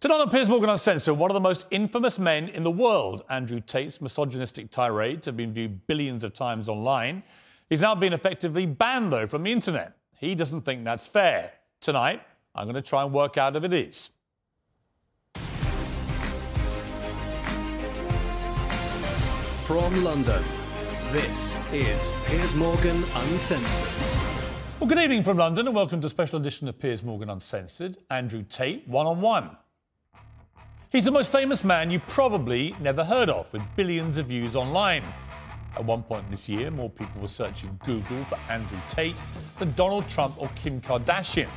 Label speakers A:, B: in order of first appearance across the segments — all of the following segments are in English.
A: Tonight on Piers Morgan Uncensored, one of the most infamous men in the world, Andrew Tate's misogynistic tirades have been viewed billions of times online. He's now been effectively banned, though, from the internet. He doesn't think that's fair. Tonight, I'm going to try and work out if it is.
B: From London, this is Piers Morgan Uncensored.
A: Well, good evening from London, and welcome to a special edition of Piers Morgan Uncensored Andrew Tate one on one. He's the most famous man you probably never heard of, with billions of views online. At one point this year, more people were searching Google for Andrew Tate than Donald Trump or Kim Kardashian.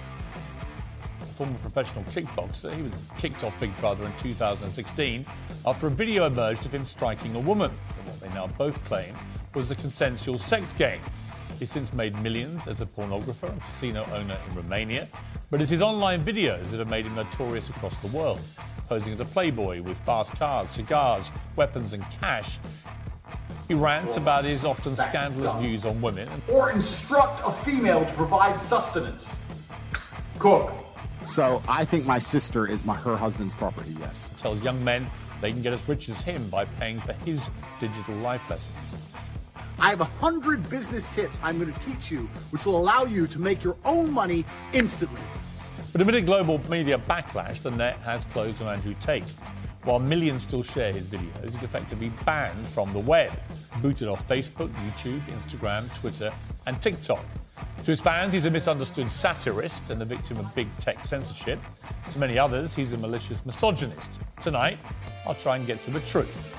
A: A former professional kickboxer, he was kicked off Big Brother in 2016 after a video emerged of him striking a woman, in what they now both claim was a consensual sex game. He's since made millions as a pornographer and casino owner in Romania, but it's his online videos that have made him notorious across the world. Posing as a playboy with fast cars, cigars, weapons, and cash, he rants about his often scandalous views on women.
C: or instruct a female to provide sustenance. Cook.
D: So I think my sister is my her husband's property. Yes.
A: tells young men they can get as rich as him by paying for his digital life lessons.
E: I have a hundred business tips I'm going to teach you, which will allow you to make your own money instantly.
A: But amid a global media backlash, the net has closed on Andrew Tate. While millions still share his videos, he's effectively banned from the web, booted off Facebook, YouTube, Instagram, Twitter, and TikTok. To his fans, he's a misunderstood satirist and the victim of big tech censorship. To many others, he's a malicious misogynist. Tonight, I'll try and get to the truth.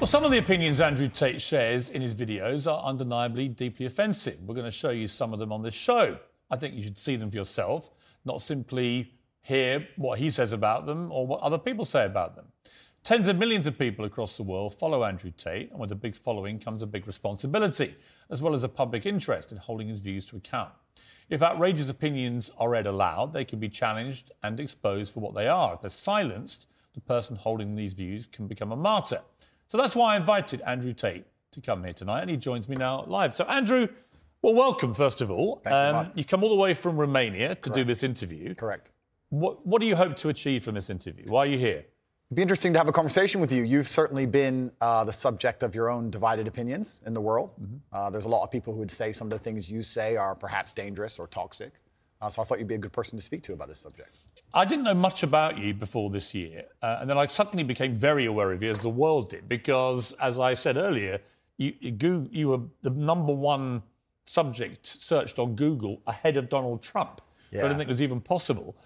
A: Well, some of the opinions Andrew Tate shares in his videos are undeniably deeply offensive. We're going to show you some of them on this show. I think you should see them for yourself, not simply hear what he says about them or what other people say about them. Tens of millions of people across the world follow Andrew Tate, and with a big following comes a big responsibility, as well as a public interest in holding his views to account. If outrageous opinions are read aloud, they can be challenged and exposed for what they are. If they're silenced, the person holding these views can become a martyr. So that's why I invited Andrew Tate to come here tonight, and he joins me now live. So, Andrew, well, welcome, first of all.
F: Thank you, Mark.
A: you've come all the way from Romania to do this interview.
F: Correct.
A: What, what do you hope to achieve from this interview? Why are you here?
F: It'd be interesting to have a conversation with you. You've certainly been uh, the subject of your own divided opinions in the world.
D: Mm-hmm.
F: Uh, there's a lot of people who would say some of the things you say are perhaps dangerous or toxic. Uh, so I thought you'd be a good person to speak to about this subject.
A: I didn't know much about you before this year, uh, and then I suddenly became very aware of you, as the world did, because, as I said earlier, you, you, Goo- you were the number one subject searched on Google ahead of Donald Trump. So I
F: Yeah.
A: didn't think it was even possible.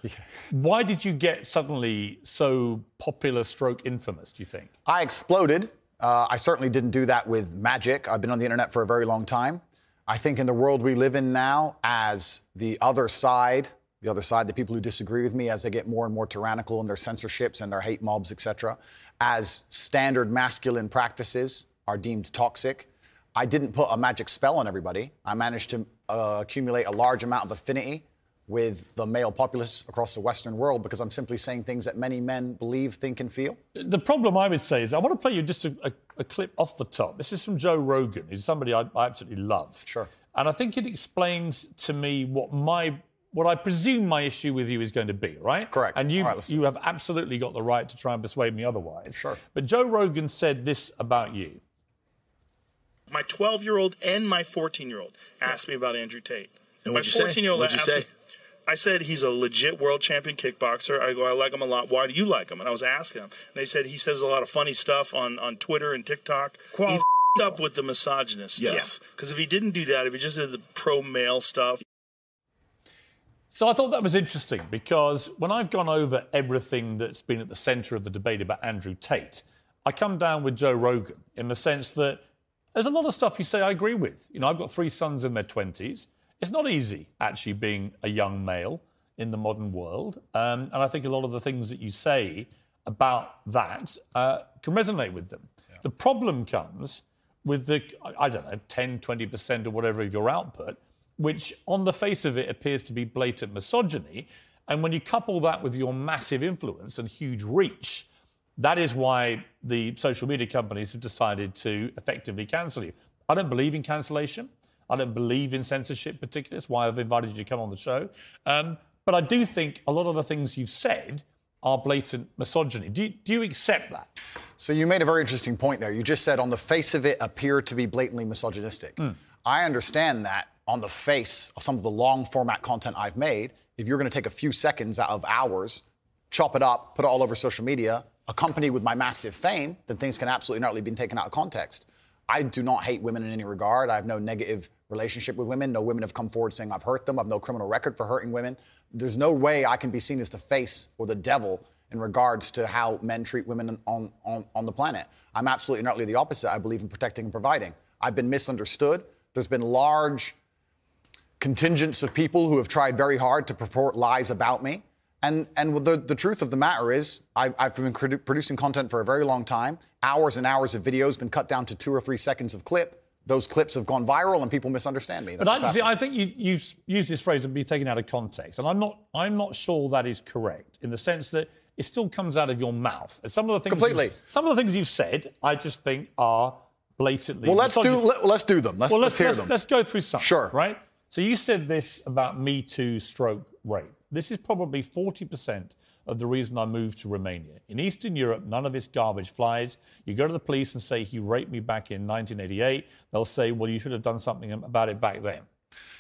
A: Why did you get suddenly so popular, stroke infamous? Do you think?
F: I exploded. Uh, I certainly didn't do that with magic. I've been on the internet for a very long time. I think in the world we live in now, as the other side, the other side, the people who disagree with me, as they get more and more tyrannical in their censorships and their hate mobs, etc., as standard masculine practices are deemed toxic, I didn't put a magic spell on everybody. I managed to uh, accumulate a large amount of affinity with the male populace across the Western world because I'm simply saying things that many men believe, think, and feel.
A: The problem I would say is I want to play you just a, a, a clip off the top. This is from Joe Rogan, who's somebody I, I absolutely love.
F: Sure.
A: And I think it explains to me what my what I presume my issue with you is going to be, right?
F: Correct.
A: And you
F: All right, let's see.
A: you have absolutely got the right to try and persuade me otherwise.
F: Sure.
A: But Joe Rogan said this about you.
G: my 12 year old and my 14 year old asked me about Andrew Tate.
H: And
G: my
H: what'd you say?
G: 14-year-old
H: What'd you
G: asked me-
H: say?
G: I said he's a legit world champion kickboxer. I go, I like him a lot. Why do you like him? And I was asking him. And they said he says a lot of funny stuff on, on Twitter and TikTok. he f***ed up with the misogynist
H: Yes.
G: Because if he didn't do that, if he just did the pro male stuff,
A: So I thought that was interesting because when I've gone over everything that's been at the centre of the debate about Andrew Tate, I come down with Joe Rogan in the sense that there's a lot of stuff you say I agree with. You know, I've got three sons in their 20s. It's not easy actually being a young male in the modern world. Um, and I think a lot of the things that you say about that uh, can resonate with them. The problem comes with the, I- I don't know, 10, 20% or whatever of your output, which on the face of it appears to be blatant misogyny. And when you couple that with your massive influence and huge reach, that is why the social media companies have decided to effectively cancel you. I don't believe in cancellation. I don't believe in censorship, particularly. It's why I've invited you to come on the show. Um, But I do think a lot of the things you've said are blatant misogyny. Do you, do you accept that?
F: So you made a very interesting point there. You just said on the face of it appeared to be blatantly misogynistic. I understand that on the face of some of the long format content I've made, if you're going to take a few seconds out of hours, chop it up, put it all over social media, accompanied with my massive fame, then things can absolutely not really be taken out of context. I do not hate women in any regard. I have no negative relationship with women. No women have come forward saying I've hurt them. I've no criminal record for hurting women. There's no way I can be seen as the face or the devil in regards to how men treat women on, on, on the planet. I'm absolutely and utterly the opposite. I believe in protecting and providing. I've been misunderstood. There's been large contingents of people who have tried very hard to purport lies about me. And, and the, the truth of the matter is, I, I've been produ- producing content for a very long time. Hours and hours of videos been cut down to two or three seconds of clip. Those clips have gone viral and people misunderstand me. That's
A: But
F: what's
A: I, see,
F: happening.
A: I think you, you've used this phrase and be taken out of context, and I'm not. I'm not sure that is correct in the sense that it still comes out of your mouth. And some of the things you've-
F: Completely.
A: Some of the things you've said, I just think are blatantly.
F: well, let's do
A: misogynist.
F: let, let's do them. Let's,
A: well,
F: let's,
A: let's
F: hear
A: let's,
F: them.
A: let's go through some.
F: Sure.
A: Right. So you said this about Me Too stroke rape. This is probably 40% of the reason I moved to Romania. In Eastern Europe, none of this garbage flies. You go to the police and say he raped me back in 1988. They'll say, well, you should have done something about it back then.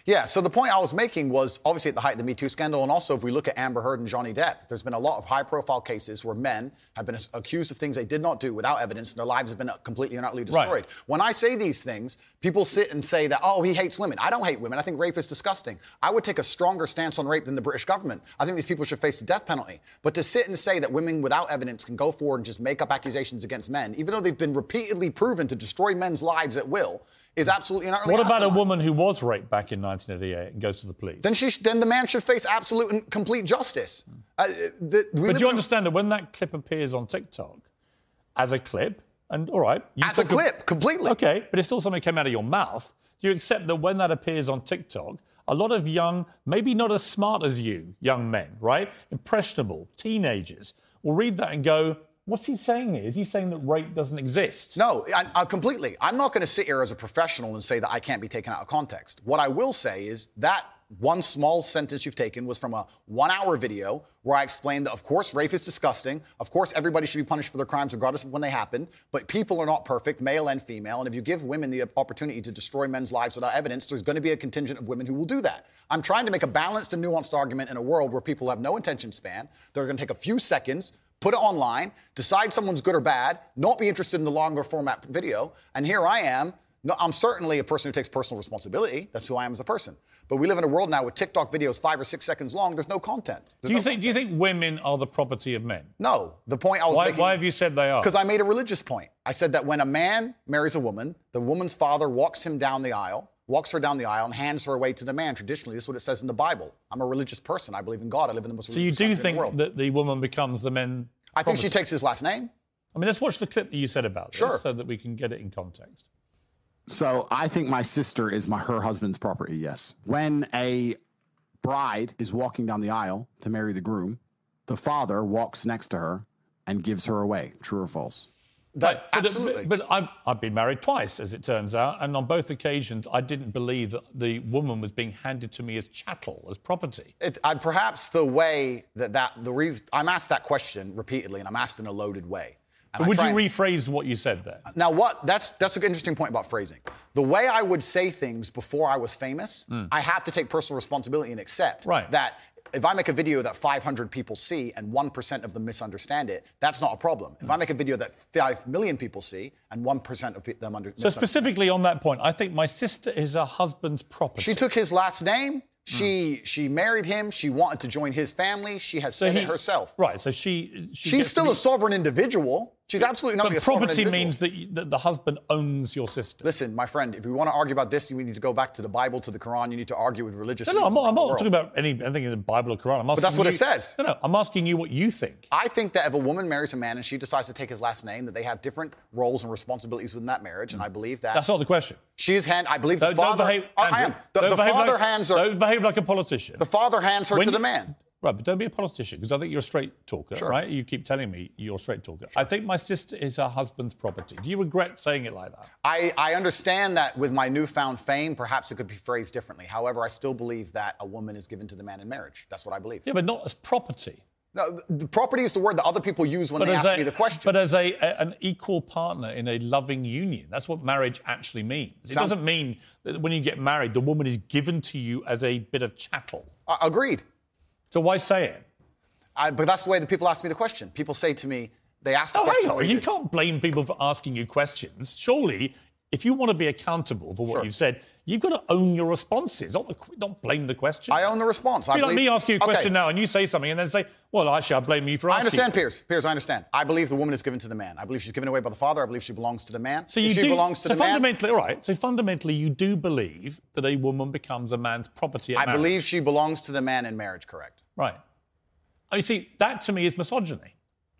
F: Yeah, so the point I was making was obviously at the height of the Me Too scandal, and also if we look at Amber Heard and Johnny Depp, there's been a lot of high profile cases where men have been accused of things they did not do without evidence, and their lives have been completely and utterly destroyed.
A: Right.
F: When I say these things, people sit and say that, oh, he hates women. I don't hate women. I think rape is disgusting. I would take a stronger stance on rape than the British government. I think these people should face the death penalty. But to sit and say that women without evidence can go forward and just make up accusations against men, even though they've been repeatedly proven to destroy men's lives at will, is absolutely and utterly
A: What about a
F: asinine.
A: woman who was raped back in 1988 and goes to the police?
F: then she sh- then the man should face absolute and complete justice. Uh, the,
A: but
F: we live
A: do you
F: in a-
A: understand that when that clip appears on TikTok as a clip, and all right, you
F: As a
A: took
F: clip, completely.
A: okay, but it's still something that came out of your mouth. Do you accept that when that appears on TikTok, a lot of young, maybe not as smart as you, young men, right, impressionable teenagers, will read that and go, "What's he saying? Here? Is he saying that rape doesn't exist?"
F: No, I, I completely. I'm not going to sit here as a professional and say that I can't be taken out of context. What I will say is that one small sentence you've taken was from a one hour video where I explained that, of course, rape is disgusting. Of course, everybody should be punished for their crimes regardless of when they happen. But people are not perfect, male and female. And if you give women the opportunity to destroy men's lives without evidence, there's going to be a contingent of women who will do that. I'm trying to make a balanced and nuanced argument in a world where people have no attention span. They're going to take a few seconds put it online, decide someone's good or bad, not be interested in the longer format video. And here I am. No, I'm certainly a person who takes personal responsibility. That's who I am as a person. But we live in a world now with TikTok videos five or six seconds long. There's no content.
A: Do
F: There's
A: you
F: no
A: think? Do you think women are the property of men?
F: no, the point I was
A: Why-
F: making.
A: why have you said they are?
F: Because I made a religious point. I said that when a man marries a woman, the woman's father walks him down the aisle, walks her down the aisle, and hands her away to the man. Traditionally, this is what it says in the Bible. I'm a religious person. I believe in God. I live in the most
A: So you
F: religious
A: do
F: country in the
A: think
F: world.
A: that the woman becomes the men?
F: I think she
A: property?
F: takes his last name.
A: I mean, let's watch the clip that you said about this
F: Sure.
A: so that we can get it in context.
D: So I think my sister is my her husband's property. Yes. When a bride is walking down the aisle to marry the groom, the father walks next to her and gives her away. True or false?
F: That,
A: Right, but-
F: absolutely.
A: But, but I've, I've been married twice, as it turns out, and on both occasions, I didn't believe that the woman was being handed to me as chattel, as property.
F: It, I, perhaps the way that that the reason I'm asked that question repeatedly, and I'm asked in a loaded way. And
A: So
F: I
A: would you
F: try and-
A: rephrase what you said there?
F: now what? That's that's an interesting point about phrasing. The way I would say things before I was famous, I have to take personal responsibility and accept
A: Mm. Right.
F: that. If I make a video that 500 people see and 1% of them misunderstand it, that's not a problem.
A: Mm.
F: If I make a video that 5 million people see and 1% of pe- them under-
A: So
F: misunderstand
A: specifically on that point, I think my sister is her husband's property.
F: She took his last
A: Mm.
F: name. She she married him. She wanted to join his family. She has
A: So
F: said
A: he-
F: it herself.
A: Right. So she. she
F: She's
A: gets
F: still
A: to
F: a
A: be-
F: sovereign individual. She's absolutely not
A: But
F: a sovereign
A: property
F: individual.
A: means that, you, that the husband owns your sister.
F: Listen, my friend, if we want to argue about this, you need to go back to the Bible, to the Quran. You need to argue with religious.
A: No, no, I'm
F: leaders
A: not, I'm
F: around the
A: not
F: world.
A: talking about any, anything in the Bible or Quran. I'm asking
F: that's what
A: you-
F: it says.
A: No, no, I'm asking you what you think.
F: I think that if a woman marries a man and she decides to take his last name, that they have different roles and responsibilities within that marriage, and I believe that
A: That's not the question.
F: she is hand. I believe the
A: Don't- don't
F: father.
A: behave-
F: I- I
A: Andrew,
F: am. The,
A: don't
F: the
A: behave
F: father
A: like-
F: hands her.
A: Don't behave like a politician.
F: The father hands her
A: When
F: to the
A: you-
F: man.
A: Right, but don't be a politician because I think you're a straight talker, right? You keep telling me you're a straight talker. I think my sister is her husband's property. Do you regret saying it like that?
F: I, I understand that with my newfound fame, perhaps it could be phrased differently. However, I still believe that a woman is given to the man in marriage. That's what I believe.
A: Yeah, but not as property.
F: No, th- the property is the word that other people use when
A: But
F: they
A: as
F: ask
A: a-
F: me the question.
A: But as a, a- an equal partner in a loving union, that's what marriage actually means. It
F: Sounds-
A: doesn't mean that when you get married, the woman is given to you as a bit of chattel.
F: Uh, agreed.
A: So why say it?
F: I, but that's the way that people ask me the question. People say to me, they ask the
A: Oh,
F: question.
A: hang on.
F: we
A: You
F: do.
A: can't blame people for asking you questions. Surely, if you want to be accountable for what
F: Sure.
A: you've said, you've got to own your responses, not, the, qu- not blame the question.
F: I own the response. I
A: Be like
F: believe-
A: me ask you a
F: Okay.
A: question now and you say something and then say, well, actually, I blame you for
F: I
A: asking.
F: understand,
A: it."
F: Piers. Piers, I understand. I believe the woman is given to the man. I believe she's given away by the father. I believe she belongs to the man.
A: So
F: If
A: you
F: she
A: do,
F: belongs to
A: so
F: the man.
A: fundamentally, all right. So fundamentally, you do believe that a woman becomes a man's property. At
F: I
A: marriage.
F: believe she belongs to the man in marriage, correct?
A: Right. Oh, you see, that to me is misogyny.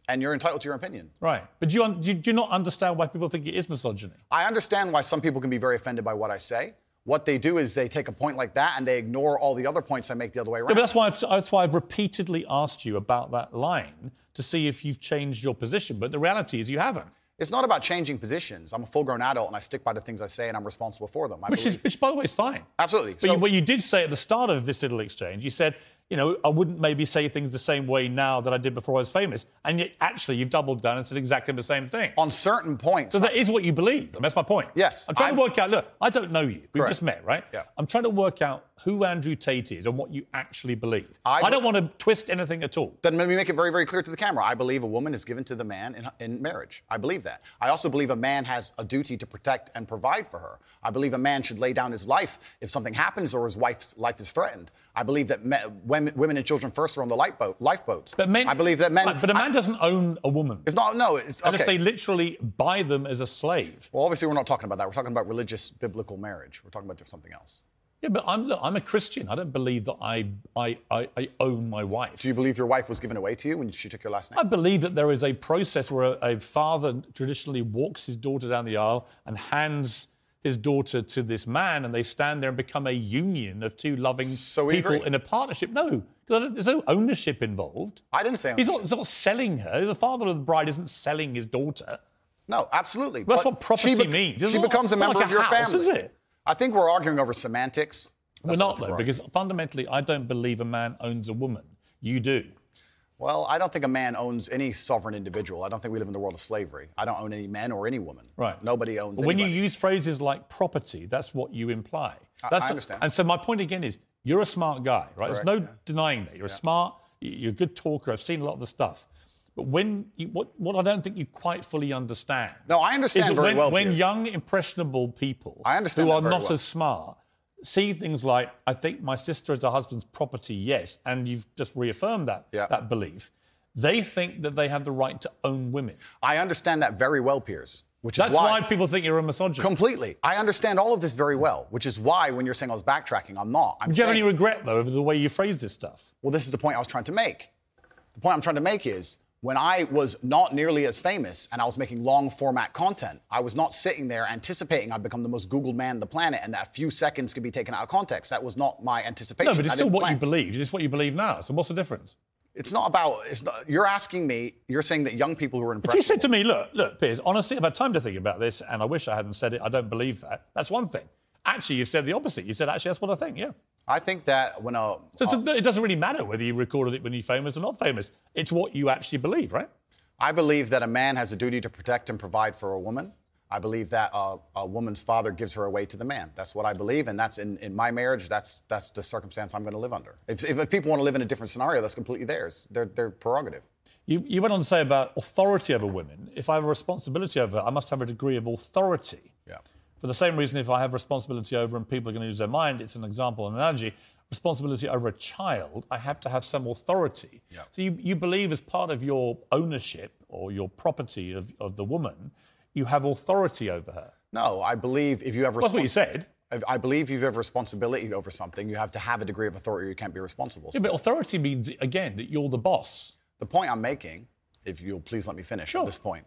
F: And you're entitled to your opinion.
A: Right. But do you, un- do you, do you not understand why people think it is misogyny?
F: I understand why some people can be very offended by what I say. What they do is they take a point like that and they ignore all the other points I make the other way around.
A: Yeah, but that's why I've, that's why I've repeatedly asked you about that line to see if you've changed your position. But the reality is you haven't.
F: it's not about changing positions. I'm a full-grown adult and I stick by the things I say and I'm responsible for them. I
A: Which
F: believe.
A: is, which by the way, is fine.
F: Absolutely.
A: But
F: So-
A: you, what you did say at the start of this little exchange, you said, you know, I wouldn't maybe say things the same way now that I did before I was famous, and yet actually you've doubled down and said exactly the same thing.
F: on certain points.
A: So that is what you believe. and That's my point.
F: Yes,
A: I'm trying
F: I'm-
A: to work out. Look, I don't know you. We've
F: Correct.
A: just met, right?
F: Yeah.
A: I'm trying to work out who Andrew Tate is and what you actually believe.
F: I-
A: I don't want to twist anything at all.
F: Then let me make it very, very clear to the camera. I believe a woman is given to the man in, in marriage. I believe that. I also believe a man has a duty to protect and provide for her. I believe a man should lay down his life if something happens or his wife's life is threatened. I believe that me, women, women and children first are on the light boat, lifeboats.
A: But men,
F: I believe that men.
A: Right, But a man
F: I-
A: doesn't own a woman.
F: it's not. No. It's okay.
A: Unless they literally buy them as a slave.
F: well, obviously, we're not talking about that. We're talking about religious, biblical marriage. We're talking about something else.
A: Yeah, but I'm look, I'm a Christian. I don't believe that I I I, I own my wife.
F: Do you believe your wife was given away to you when she took your last name?
A: I believe that there is a process where a, a father traditionally walks his daughter down the aisle and hands his daughter to this man, and they stand there and become a union of two loving
F: So we
A: people
F: agree.
A: in a partnership. No, 'cause I don't- there's no ownership involved.
F: I didn't say
A: He's not, he's not selling her. The father of the bride isn't selling his daughter.
F: No, absolutely.
A: That's
F: But
A: what property
F: she bec-
A: means. It's
F: She
A: not-
F: becomes a
A: it's not
F: member
A: like
F: of
A: a
F: your
A: house,
F: family.
A: is it?
F: I think we're arguing over semantics.
A: We're
F: That's
A: not,
F: what
A: though,
F: we're
A: because fundamentally, I don't believe a man owns a woman. You do.
F: Well, I don't think a man owns any sovereign individual. I don't think we live in the world of slavery. I don't own any man or any woman.
A: Right.
F: Nobody owns
A: But when you
F: anybody.
A: use phrases like property, that's what you imply.
F: I-
A: That's
F: I understand.
A: And so my point again is, you're a smart guy, right? There's no
F: Correct,
A: denying that. You're a smart. y- You're a good talker. I've seen a lot of the stuff. But when you, what what I don't think you quite fully understand.
F: No, I understand
A: is that
F: very
A: when,
F: well,
A: when
F: Piers.
A: young impressionable people
F: I understand
A: who
F: that
A: are
F: very
A: not
F: well.
A: as smart see things like I think my sister is her husband's property, yes, and you've just reaffirmed that
F: Yeah.
A: that belief. They think that they have the right to own women.
F: I understand that very well, Piers. Which
A: That's
F: is
A: why, people think you're a misogynist.
F: Completely. I understand all of this very well, which is why when you're saying I was backtracking, I'm not. I'm
A: Do you have
F: saying-
A: any regret though over the way you phrase this stuff?
F: Well, this is the point I was trying to make. The point I'm trying to make is when I was not nearly as famous and I was making long format content, I was not sitting there anticipating I'd become the most Googled man on the planet and that a few seconds could be taken out of context. That was not my anticipation.
A: No, but
F: I
A: it's still
F: didn't
A: what you
F: plan.
A: believed. It's what you believe now. So what's the difference?
F: It's not about, it's not, you're asking me, you're saying that young people who are
A: If
F: impressionable.
A: you said to me, look, look, Piers, honestly, I've had time to think about this and I wish I hadn't said it. I don't believe that. That's one thing. Actually, you've said the opposite. You said, actually, that's what I think. Yeah.
F: I think that when a,
A: So it's- it doesn't really matter whether you recorded it when you're famous or not famous. It's what you actually believe, right?
F: I believe that a man has a duty to protect and provide for a woman. I believe that uh, a woman's father gives her away to the man. That's what I believe, and that's in, in my marriage. That's that's the circumstance I'm going to live under. If, if, if people want to live in a different scenario, that's completely theirs. Their their prerogative.
A: You, you went on to say about authority over women. If I have a responsibility over, I must have a degree of authority.
F: Yeah.
A: For the same reason, if I have responsibility over and people are going to use their mind, it's an example, an analogy. Responsibility over a child, I have to have some authority. So you, you believe as part of your ownership or your property of, of the woman, you have authority over her.
F: No, I believe if you have
A: That's what you said.
F: I- I believe if you have responsibility over something, you have to have a degree of authority. or You can't be responsible.
A: Yeah, but authority means, again, that you're the boss.
F: The point I'm making, if you'll please let me finish
A: Sure.
F: at this point,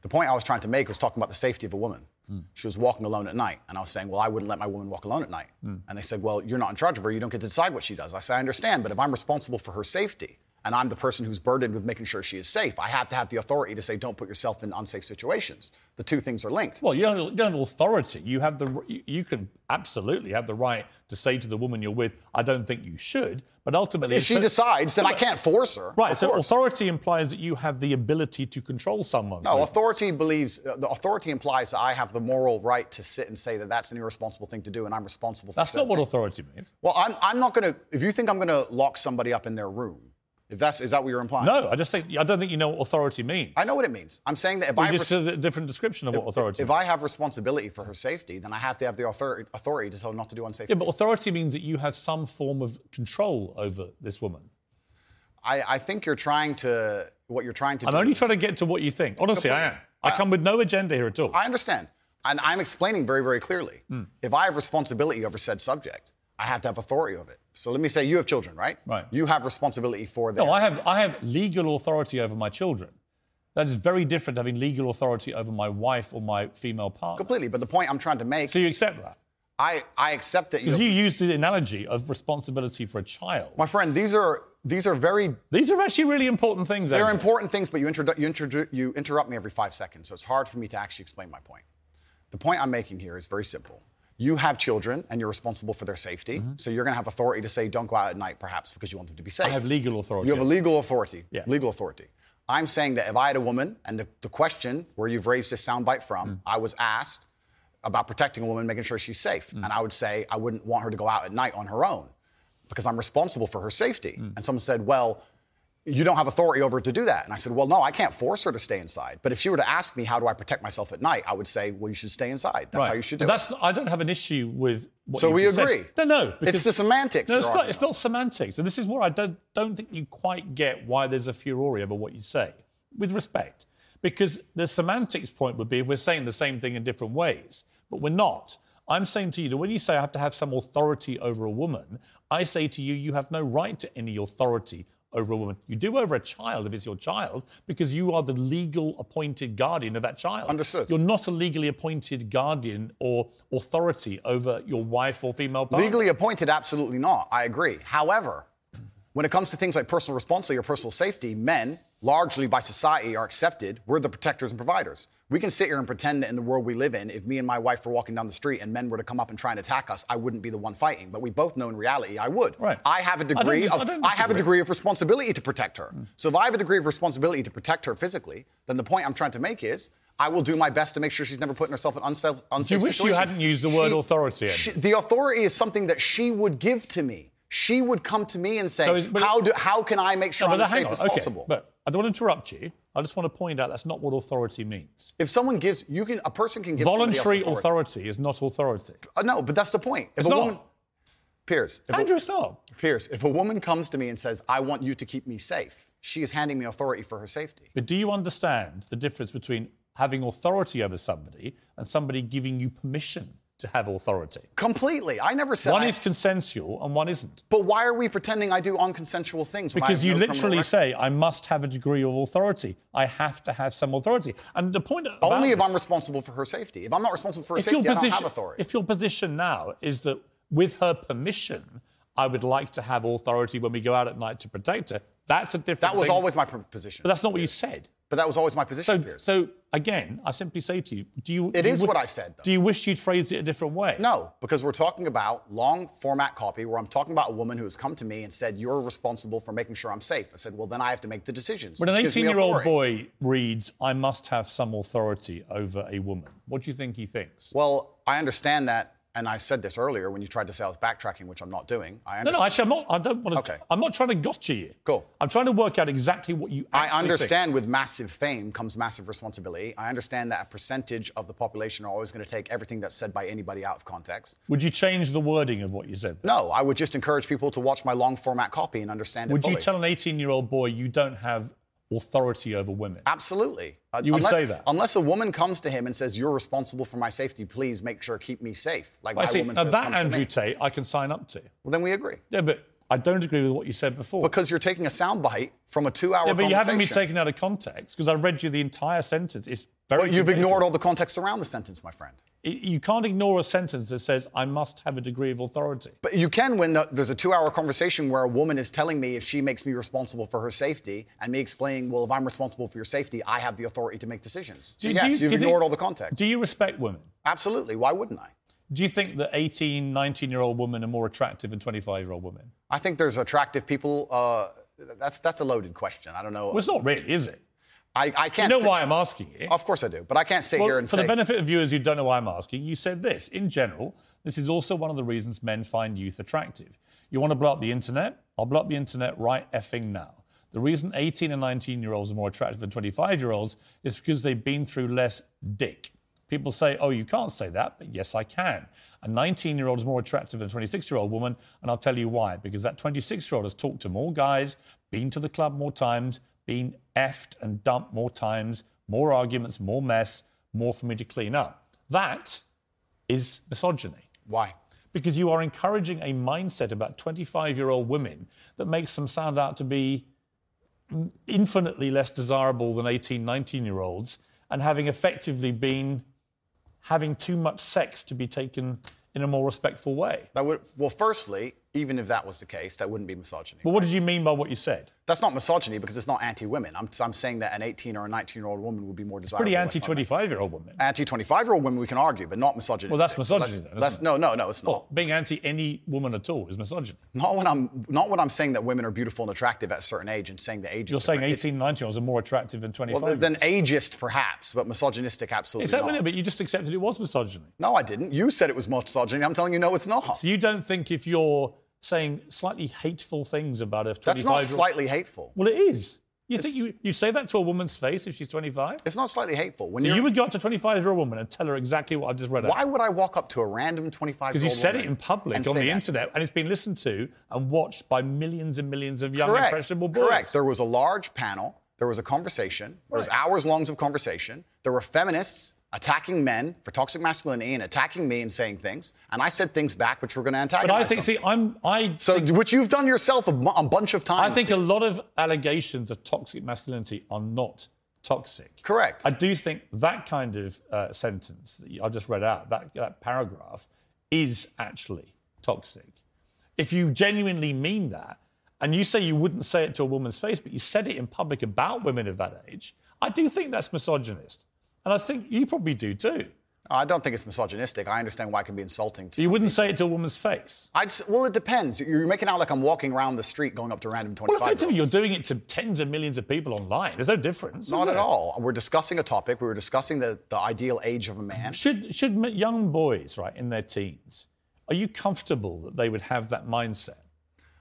F: the point I was trying to make was talking about the safety of a woman. She was walking alone at night. And I was saying, Well, I wouldn't let my woman walk alone at night.
A: Hmm.
F: And they said, Well, you're not in charge of her. You don't get to decide what she does. I said, I understand, but if I'm responsible for her safety and I'm the person who's burdened with making sure she is safe, I have to have the authority to say, Don't put yourself in unsafe situations. The two things are linked.
A: Well, you don't, you don't have authority. You have the you, you can absolutely have the right to say to the woman you're with, "I don't think you should," but ultimately,
F: if she
A: it's-
F: decides, then I can't force her.
A: Right.
F: of
A: So
F: course.
A: authority implies that you have the ability to control someone.
F: No, authority believes uh, the authority implies that I have the moral right to sit and say that that's an irresponsible thing to do, and I'm responsible for.
A: That's not
F: certain
A: what
F: things.
A: authority means.
F: Well, I'm, I'm not going to. If you think I'm going to lock somebody up in their room, if that's is that what you're implying?
A: No, I just think I don't think you know what authority means.
F: I know what it means. I'm saying that if I
A: It's
F: have
A: just
F: res-
A: a different description of what authority.
F: if
A: means.
F: I have responsibility for her safety, then I have to have the authority authority to tell her not to do unsafe.
A: yeah, but authority means that you have some form of control over this woman.
F: I, I think you're trying to what you're trying to.
A: I'm
F: do.
A: only trying to get to what you think. Honestly, I am. I come with no agenda here at all.
F: I understand. And I'm explaining very, very clearly.
A: Hmm.
F: If I have responsibility over said subject, I have to have authority of it. So let me say you have children, right?
A: Right.
F: You have responsibility for them.
A: no, I have I have legal authority over my children. That is very different to having legal authority over my wife or my female partner.
F: Completely. But the point I'm trying to make,
A: So you accept that?
F: I, I accept that you.
A: Because you used the analogy of responsibility for a child.
F: my friend, these are these are very
A: These are actually really important things.
F: they're
A: Andrew.
F: important things, but you, introdu- you, introdu- you interrupt me every five seconds, so it's hard for me to actually explain my point. The point I'm making here is very simple. You have children, and you're responsible for their safety, so you're going to have authority to say, "Don't go out at night," perhaps because you want them to be safe.
A: Mm-hmm. I have legal authority.
F: You have a legal authority.
A: Yeah.
F: Legal authority. I'm saying that if I had a woman, and the, the question where you've raised this soundbite from,
A: Mm.
F: I was asked about protecting a woman, making sure she's safe.
A: Mm.
F: And I would say I wouldn't want her to go out at night on her own because I'm responsible for her safety.
A: Mm.
F: And someone said, well, you don't have authority over her to do that. And I said, well, no, I can't force her to stay inside. But if she were to ask me, how do I protect myself at night? I would say, well, you should stay inside. That's how you should do it.
A: That's, I don't have an issue with what
F: So
A: you
F: we
A: just said.
F: agree.
A: No, no.
F: It's
A: because-
F: the semantics
A: No, it's
F: you're
A: not,
F: arguing
A: it's not semantics. And this is where I don't, don't think you quite get why there's a furore over what you say, with respect. Because the semantics point would be if we're saying the same thing in different ways, but we're not. I'm saying to you that when you say I have to have some authority over a woman, I say to you, you have no right to any authority over a woman. You do over a child if it's your child, because you are the legal appointed guardian of that child.
F: Understood.
A: You're not a legally appointed guardian or authority over your wife or female partner.
F: Legally appointed, absolutely not. I agree. However, when it comes to things like personal responsibility or personal safety, men, largely by society, are accepted. We're the protectors and providers. We can sit here and pretend that in the world we live in, if me and my wife were walking down the street and men were to come up and try and attack us, I wouldn't be the one fighting. But we both know in reality I would.
A: Right.
F: I have a
A: I don't
F: degree
A: dis- I
F: of
A: don't
F: I, have a
A: disagree. Hmm.
F: degree of responsibility to protect her. So if I have a degree of responsibility to protect her physically, then the point I'm trying to make is I will do my best to make sure she's never putting herself in unsafe, unsafe
A: Do you wish you
F: situations.
A: hadn't used the word authority, Andrew?
F: she- the authority is something that she would give to me. She would come to me and say,
A: So is- but-
F: how, do, how can I make sure
A: No,
F: I'm
A: but
F: as
A: hang
F: safe
A: on.
F: as
A: Okay,
F: possible?
A: But I don't want to interrupt you. I just want to point out that's not what authority means.
F: if someone gives, you can, a person can give somebody else
A: Voluntary authority is not authority.
F: Uh, no, but that's the point. If
A: It's
F: a
A: not.
F: woman, Piers, if
A: Andrew,
F: a,
A: stop.
F: Piers, if a woman comes to me and says, I want you to keep me safe, she is handing me authority for her safety.
A: But do you understand the difference between having authority over somebody and somebody giving you permission to have authority?
F: Completely. I never said
A: One
F: I-
A: is consensual and one isn't.
F: But why are we pretending I do unconsensual things? when I
A: Because
F: have
A: you
F: no criminal
A: literally
F: record?
A: say, I must have a degree of authority. I have to have some authority. And the point about
F: Only if
A: this-
F: I'm responsible for her safety. If I'm not responsible for her
A: if your
F: safety, I don't
A: position,
F: have authority.
A: if your position now is that with her permission, I would like to have authority when we go out at night to protect her, that's a different.
F: that was
A: thing.
F: always my pr- position.
A: But that's not what you said.
F: But that was always my
A: So,
F: position, Piers.
A: so again, I simply say to you, do you?
F: It
A: do you
F: is
A: wi-
F: what I said, though.
A: Do you wish you'd phrased it a different way?
F: No, because we're talking about long format copy where I'm talking about a woman who has come to me and said, You're responsible for making sure I'm safe. I said, Well, then I have to make the decisions.
A: When an
F: which gives me
A: 18-year-old
F: authority.
A: boy reads, "I must have some authority over a woman," what do you think he thinks?
F: Well, I understand that. And I said this earlier when you tried to say I was backtracking, which I'm not doing. I
A: no,
F: understand.
A: no, actually, I'm not. I don't want to.
F: Okay.
A: I'm not trying to gotcha you.
F: Cool.
A: I'm trying to work out exactly what you.
F: I
A: Actually think.
F: understand with massive fame comes massive responsibility. I understand that a percentage of the population are always going to take everything that's said by anybody out of context.
A: Would you change the wording of what you said?
F: No, I would just encourage people to watch my long format copy and understand it
A: Would
F: fully.
A: you tell an 18 year old boy you don't have authority over women?
F: Absolutely. Uh,
A: You would
F: unless,
A: say that?
F: Unless a woman comes to him and says, You're responsible for my safety, please make sure, keep me safe. Like
A: I
F: my
A: see.
F: woman
A: Now,
F: says,
A: that
F: comes to me.
A: Andrew Tate, I can sign up to.
F: Well, then we agree.
A: Yeah, but I don't agree with what you said before.
F: Because you're taking a soundbite from a two hour
A: yeah, but you
F: conversation.
A: haven't been taken out of context because I read you the entire sentence. It's Very
F: But you've
A: debatable.
F: ignored all the context around the sentence, my friend.
A: I- You can't ignore a sentence that says, I must have a degree of authority.
F: But you can when the, there's a two-hour conversation where a woman is telling me if she makes me responsible for her safety, and me explaining, well, if I'm responsible for your safety, I have the authority to make decisions.
A: Do-
F: So
A: do
F: yes,
A: you-
F: you, have
A: do you
F: ignored
A: think-
F: all the context.
A: Do you respect women?
F: Absolutely. Why wouldn't I?
A: Do you think that 18, 19 year old women are more attractive than 25 year old women?
F: I think there's attractive people. Uh, that's that's a loaded question. I don't know.
A: Well, it's not really, is it?
F: I, I
A: You
F: can't.
A: know
F: sit-
A: why I'm asking it.
F: Of course I do, but I can't sit
A: Well,
F: here and
A: for
F: say.
A: the benefit of viewers who don't know why I'm asking, you said this. In general, this is also one of the reasons men find youth attractive. You want to blow up the internet? I'll blow up the internet right effing now. The reason 18 and 19 year olds are more attractive than 25 year olds is because they've been through less dick. People say, oh, you can't say that, but yes, I can. A 19 year old is more attractive than a 26 year old woman, and I'll tell you why. Because that 26 year old has talked to more guys, been to the club more times, been effed and dumped more times, more arguments, more mess, more for me to clean up. That is misogyny
F: why?
A: because you are encouraging a mindset about 25 year old women that makes them sound out to be infinitely less desirable than 18, 19 year olds and having effectively been having too much sex to be taken in a more respectful way.
F: That would. Well, firstly, even if that was the case, that wouldn't be misogyny.
A: But what did you mean by what you said?
F: That's not misogyny because it's not anti-women. I'm, I'm saying that an 18 or a 19-year-old woman would be more desirable.
A: Pretty
F: as
A: anti
F: someone.
A: 25 year old women.
F: Anti-25-year-old women we can argue, but not misogyny.
A: Well, that's
F: Let's-
A: misogyny then, isn't
F: let's-
A: it? Oh.
F: No, no, no, it's not.
A: Being anti any woman at all is misogyny.
F: Not when I'm not when I'm saying that women are beautiful and attractive at a certain age and saying the age. is
A: You're saying
F: different. It's-
A: 18, 19 year olds are more attractive than 25
F: Well,
A: year
F: then
A: olds.
F: ageist perhaps, but misogynistic absolutely
A: Is that
F: not.
A: what it- But you just accepted it was misogyny.
F: No, I didn't. You said it was misogyny. I'm telling you, no, it's not.
A: So you don't think if you're saying slightly hateful things about a 25
F: That's not
A: year old-
F: slightly hateful.
A: Well, it is. You think you, you say that to a woman's face if she's 25?
F: It's not slightly hateful. When
A: So
F: you're-
A: you would go up to a 25 year old woman and tell her exactly what I've just read out.
F: why would I walk up to a random 25
A: Because you said it in public on the internet and it's been listened to and watched by millions and millions of young,
F: Correct.
A: impressionable boys.
F: Correct. There was a large panel. There was a conversation. There was hours longs of conversation. There were feminists attacking men for toxic masculinity and attacking me and saying things. And I said things back which were going to antagonize
A: But I think,
F: them.
A: see, I'm, I,
F: so, which you've done yourself a, bu- a bunch of times.
A: I think a lot of allegations of toxic masculinity are not toxic.
F: Correct.
A: I do think that kind of uh, sentence that you- I just read out, that, that paragraph, is actually toxic. If you genuinely mean that, and you say you wouldn't say it to a woman's face, but you said it in public about women of that age, I do think that's misogynist. And I think you probably do too.
F: I don't think it's misogynistic. I understand why it can be insulting. To
A: You wouldn't say it to a woman's face.
F: I'd, s- well, it depends. You're making out like I'm walking around the street going up to random 25.
A: Well, effectively, you're doing it to tens of millions of people online. There's no difference. is
F: Not at
A: there?
F: all. We're discussing a topic. We were discussing the, the ideal age of a man.
A: Should should m- young boys, right, in their teens, are you comfortable that they would have that mindset?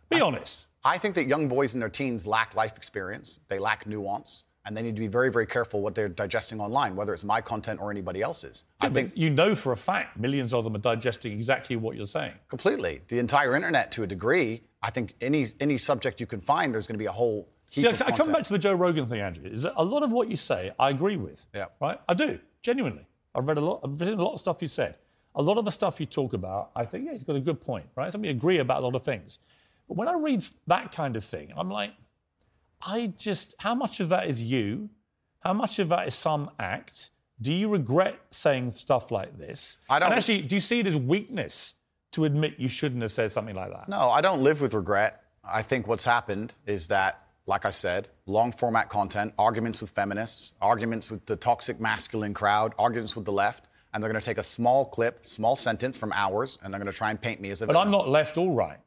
A: Be honest.
F: I think that young boys in their teens lack life experience, they lack nuance, and they need to be very, very careful what they're digesting online, whether it's my content or anybody else's. I think
A: you know for a fact millions of them are digesting exactly what you're saying.
F: completely the entire internet to a degree. I think any any subject you can find, there's going to be a whole heap
A: Yeah,
F: of
A: I
F: content.
A: come back to the Joe Rogan thing, Andrew. Is that a lot of what you say I agree with.
F: Yeah.
A: Right? I do, genuinely. I've read a lot I've written a lot of stuff you said. A lot of the stuff you talk about, I think, yeah, he's got a good point, right? So we agree about a lot of things. But when I read that kind of thing, I'm like, I just how much of that is you? How much of that is some act? Do you regret saying stuff like this?
F: I don't-
A: And actually, do you see it as weakness to admit you shouldn't have said something like that?
F: No, I don't live with regret. I think what's happened is that, like I said, long format content, arguments with feminists, arguments with the toxic masculine crowd, arguments with the left, and they're going to take a small clip, small sentence from ours, and they're going to try and paint me as a
A: But
F: villain.
A: I'm not left all right.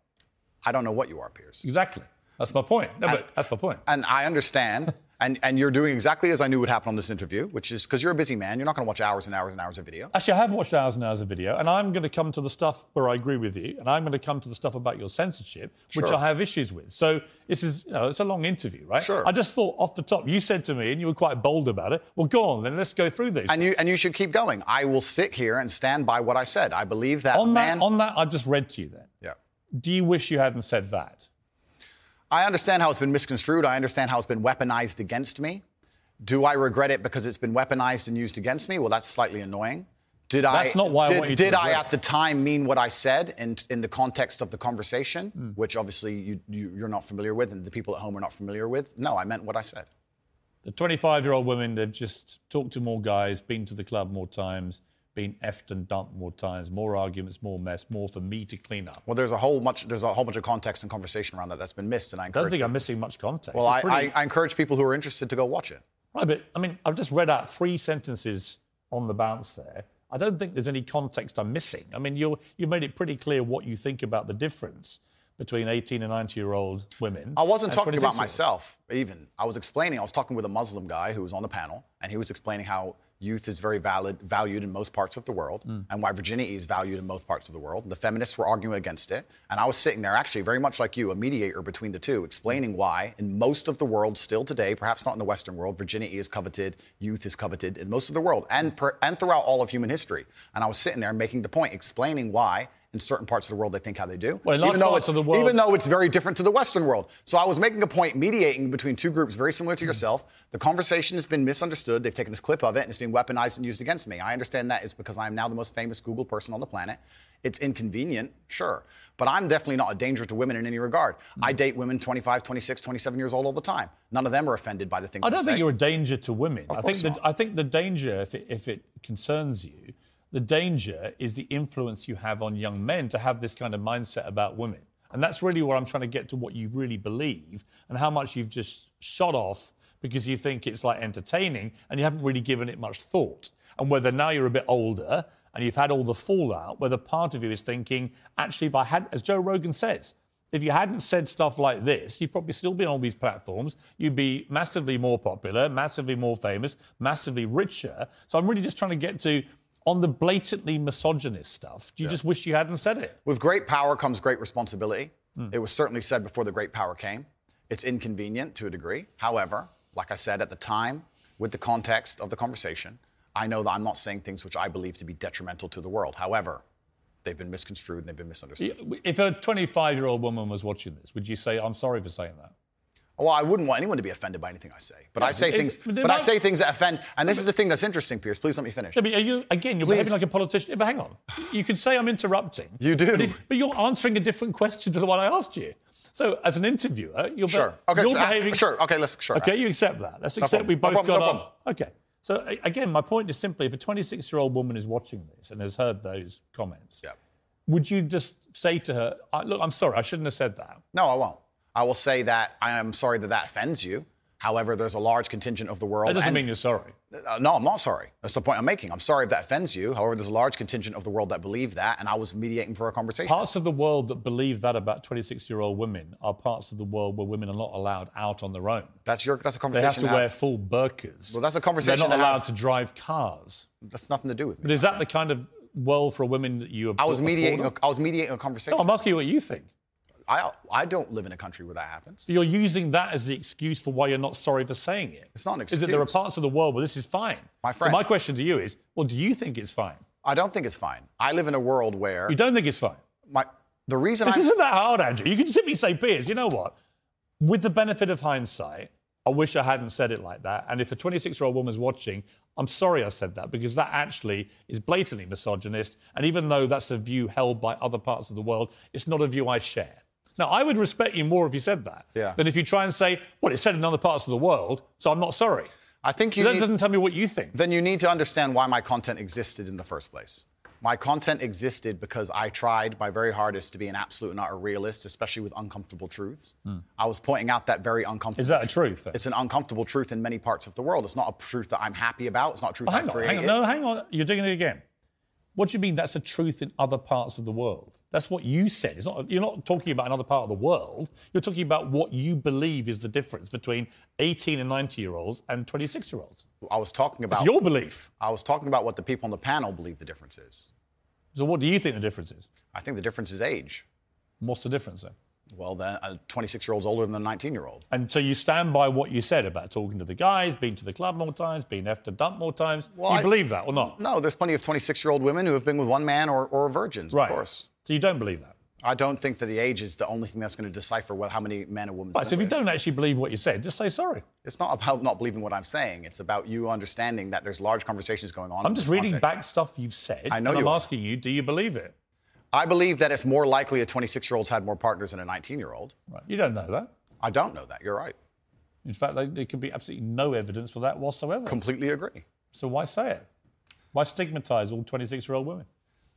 F: I don't know what you are, Piers.
A: Exactly. That's my point. No, but that's my point.
F: And I understand. And, and you're doing exactly as I knew would happen on this interview, which is because you're a busy man. You're not going to watch hours and hours and hours of video.
A: Actually, I have watched hours and hours of video, and I'm going to come to the stuff where I agree with you, and I'm going to come to the stuff about your censorship, which
F: Sure.
A: I have issues with. So this is, you know, it's a long interview, right?
F: Sure.
A: I just thought off the top, you said to me, and you were quite bold about it. Well, go on, then let's go through these.
F: And you, and you should keep going. I will sit here and stand by what I said. I believe that
A: on that,
F: man.
A: on that, I've just read to you. Then,
F: yeah.
A: do you wish you hadn't said that?
F: I understand how it's been misconstrued. I understand how it's been weaponized against me. Do I regret it because it's been weaponized and used against me? Well, that's slightly annoying. Did
A: That's
F: I,
A: not why I
F: did,
A: want you to
F: did I
A: regret it.
F: at the time mean what I said in, in the context of the conversation,
A: Hmm.
F: which obviously you, you, you're not familiar with and the people at home are not familiar with? No, I meant what I said.
A: The 25 year old women, they've just talked to more guys, been to the club more times, been effed and dumped more times, more arguments, more mess, more for me to clean up.
F: Well, there's a whole much there's a whole bunch of context and conversation around that that's been missed, and I
A: I
F: encourage.
A: don't think I'm missing much context.
F: well, I,
A: It's pretty-
F: I, I encourage people who are interested to go watch it.
A: Right, but I mean, I've just read out three sentences on the bounce there. I don't think there's any context I'm missing. I mean, you're, you've made it pretty clear what you think about the difference between 18 and 90 year old women.
F: I wasn't
A: and
F: talking
A: 26-year-olds.
F: about myself, even. I was explaining, I was talking with a Muslim guy who was on the panel, and he was explaining how youth is very valid, valued in most parts of the world,
A: Mm.
F: and why virginity is valued in most parts of the world. The feminists were arguing against it, and I was sitting there, actually, very much like you, a mediator between the two, explaining why, in most of the world, still today, perhaps not in the Western world, virginity is coveted, youth is coveted in most of the world, and, per, and throughout all of human history. And I was sitting there making the point, explaining why. In certain parts of the world, they think how they do.
A: Well, in large
F: even though
A: parts
F: it's
A: of the world-
F: even though it's very different to the Western world. So I was making a point mediating between two groups very similar to yourself. The conversation has been misunderstood. They've taken this clip of it and it's being weaponized and used against me. I understand that is because I am now the most famous Google person on the planet. It's inconvenient, sure, but I'm definitely not a danger to women in any regard.
A: Hmm.
F: I date women 25, 26, 27 years old all the time. None of them are offended by the things
A: I don't
F: say.
A: think you're a danger to women. I think
F: course
A: the,
F: not.
A: I think the danger, if it, if it concerns you, the danger is the influence you have on young men to have this kind of mindset about women. And that's really where I'm trying to get to what you really believe and how much you've just shot off because you think it's like entertaining and you haven't really given it much thought. And whether now you're a bit older and you've had all the fallout, whether part of you is thinking, actually, if I had, as Joe Rogan says, if you hadn't said stuff like this, you'd probably still be on all these platforms. You'd be massively more popular, massively more famous, massively richer. So I'm really just trying to get to on the blatantly misogynist stuff. Do you just wish you hadn't said it?
F: With great power comes great responsibility.
A: Hmm.
F: It was certainly said before the great power came. It's inconvenient to a degree. However, like I said at the time, with the context of the conversation, I know that I'm not saying things which I believe to be detrimental to the world. However, they've been misconstrued and they've been misunderstood.
A: If a 25 year old woman was watching this, would you say, I'm sorry for saying that?
F: Well, I wouldn't want anyone to be offended by anything I say, but I say
A: but
F: things.
A: if- but
F: But,
A: they
F: I
A: might-
F: say things that offend. And this is the thing that's interesting, Pierce. Please let me finish.
A: No, but are you, again, you're behaving like a politician. But hang on. You could say I'm interrupting.
F: You do.
A: But, if- but you're answering a different question to the one I asked you. So as an interviewer, you're, be-
F: Sure. Okay.
A: you're
F: sure, ask-
A: behaving.
F: sure. Okay. Let's. Sure.
A: Okay,
F: ask.
A: you accept that. Let's accept
F: problem.
A: we
F: No
A: both
F: problem,
A: got
F: no
A: on.
F: problem.
A: Okay. So a- again, my point is simply if a 26 year old woman is watching this and has heard those comments,
F: Yeah.
A: would you just say to her, "I- look, I'm sorry, I shouldn't have said that?
F: No, I won't. I will say that I am sorry that that offends you. However, there's a large contingent of the world.
A: That doesn't
F: and-
A: mean you're sorry.
F: Uh, no, I'm not sorry. That's the point I'm making. I'm sorry if that offends you. However, there's a large contingent of the world that believe that, and I was mediating for a conversation.
A: Parts of the world that believe that about 26 year old women are parts of the world where women are not allowed out on their own.
F: That's your. That's a
A: They
F: conversation.
A: have to
F: have.
A: wear full burqas.
F: Well, that's a conversation
A: They're not
F: to have.
A: allowed to drive cars.
F: That's nothing to do with
A: But
F: me.
A: is that the kind of world for women that you
F: I was mediating. A,
A: applaud?
F: I was mediating a conversation.
A: No, I'm asking you what you think.
F: I I don't live in a country where that happens.
A: So you're using that as the excuse for why you're not sorry for saying it.
F: It's not an
A: Is that there are
F: excuse.
A: parts of the world where this is fine.
F: My
A: So my
F: friend.
A: question to you is, well, do you think it's fine?
F: I don't think it's fine. I live in a world where
A: You don't think it's fine?
F: my the reason
A: This
F: I
A: isn't that hard, Andrew. You can simply say, Piers, you know what? With the benefit of hindsight, I wish I hadn't said it like that. And if a 26-year-old woman's watching, I'm sorry I said that because that actually is blatantly misogynist. And even though that's a view held by other parts of the world, it's not a view I share. Now, I would respect you more if you said that
F: Yeah.
A: than if you try and say, well, it's said in other parts of the world, so I'm not sorry.
F: I think you
A: that
F: need,
A: doesn't tell me what you think.
F: then you need to understand why my content existed in the first place. My content existed because I tried my very hardest to be an absolute and utter realist, especially with uncomfortable truths.
A: Hmm.
F: I was pointing out that very uncomfortable.
A: Is that a truth, then?
F: It's an uncomfortable truth in many parts of the world. It's not a truth that I'm happy about. It's not a truth
A: hang
F: I
A: on,
F: created.
A: hang on, no, hang on. You're doing it again. What do you mean that's the truth in other parts of the world? That's what you said. It's not, you're not talking about another part of the world. You're talking about what you believe is the difference between 18 and 90 year olds and 26 year olds.
F: I was talking
A: It's
F: about.
A: your belief.
F: I was talking about what the people on the panel believe the difference is.
A: So, what do you think the difference is?
F: I think the difference is age.
A: What's the difference then?
F: Well, then a 26-year-old's older than a 19-year-old.
A: And so you stand by what you said about talking to the guys, being to the club more times, being effed to dump more times.
F: Well,
A: you
F: I-
A: believe that or not?
F: No, there's plenty of 26-year-old women who have been with one man or, or virgins,
A: right.
F: of course.
A: So you don't believe that.
F: I don't think that the age is the only thing that's going to decipher wh- how many men or women.
A: Right. So if you don't actually believe what you said, just say sorry.
F: it's not about not believing what I'm saying. It's about you understanding that there's large conversations going on.
A: I'm
F: in
A: just
F: this
A: reading
F: context.
A: back stuff you've said.
F: I know
A: and
F: you
A: I'm
F: are.
A: asking you, do you believe it?
F: I believe that it's more likely a 26-year-old's had more partners than a 19-year-old.
A: Right. You don't know that.
F: I don't know that. You're right.
A: In fact, they, there could be absolutely no evidence for that whatsoever.
F: Completely agree.
A: so why say it? Why stigmatise all 26-year-old women?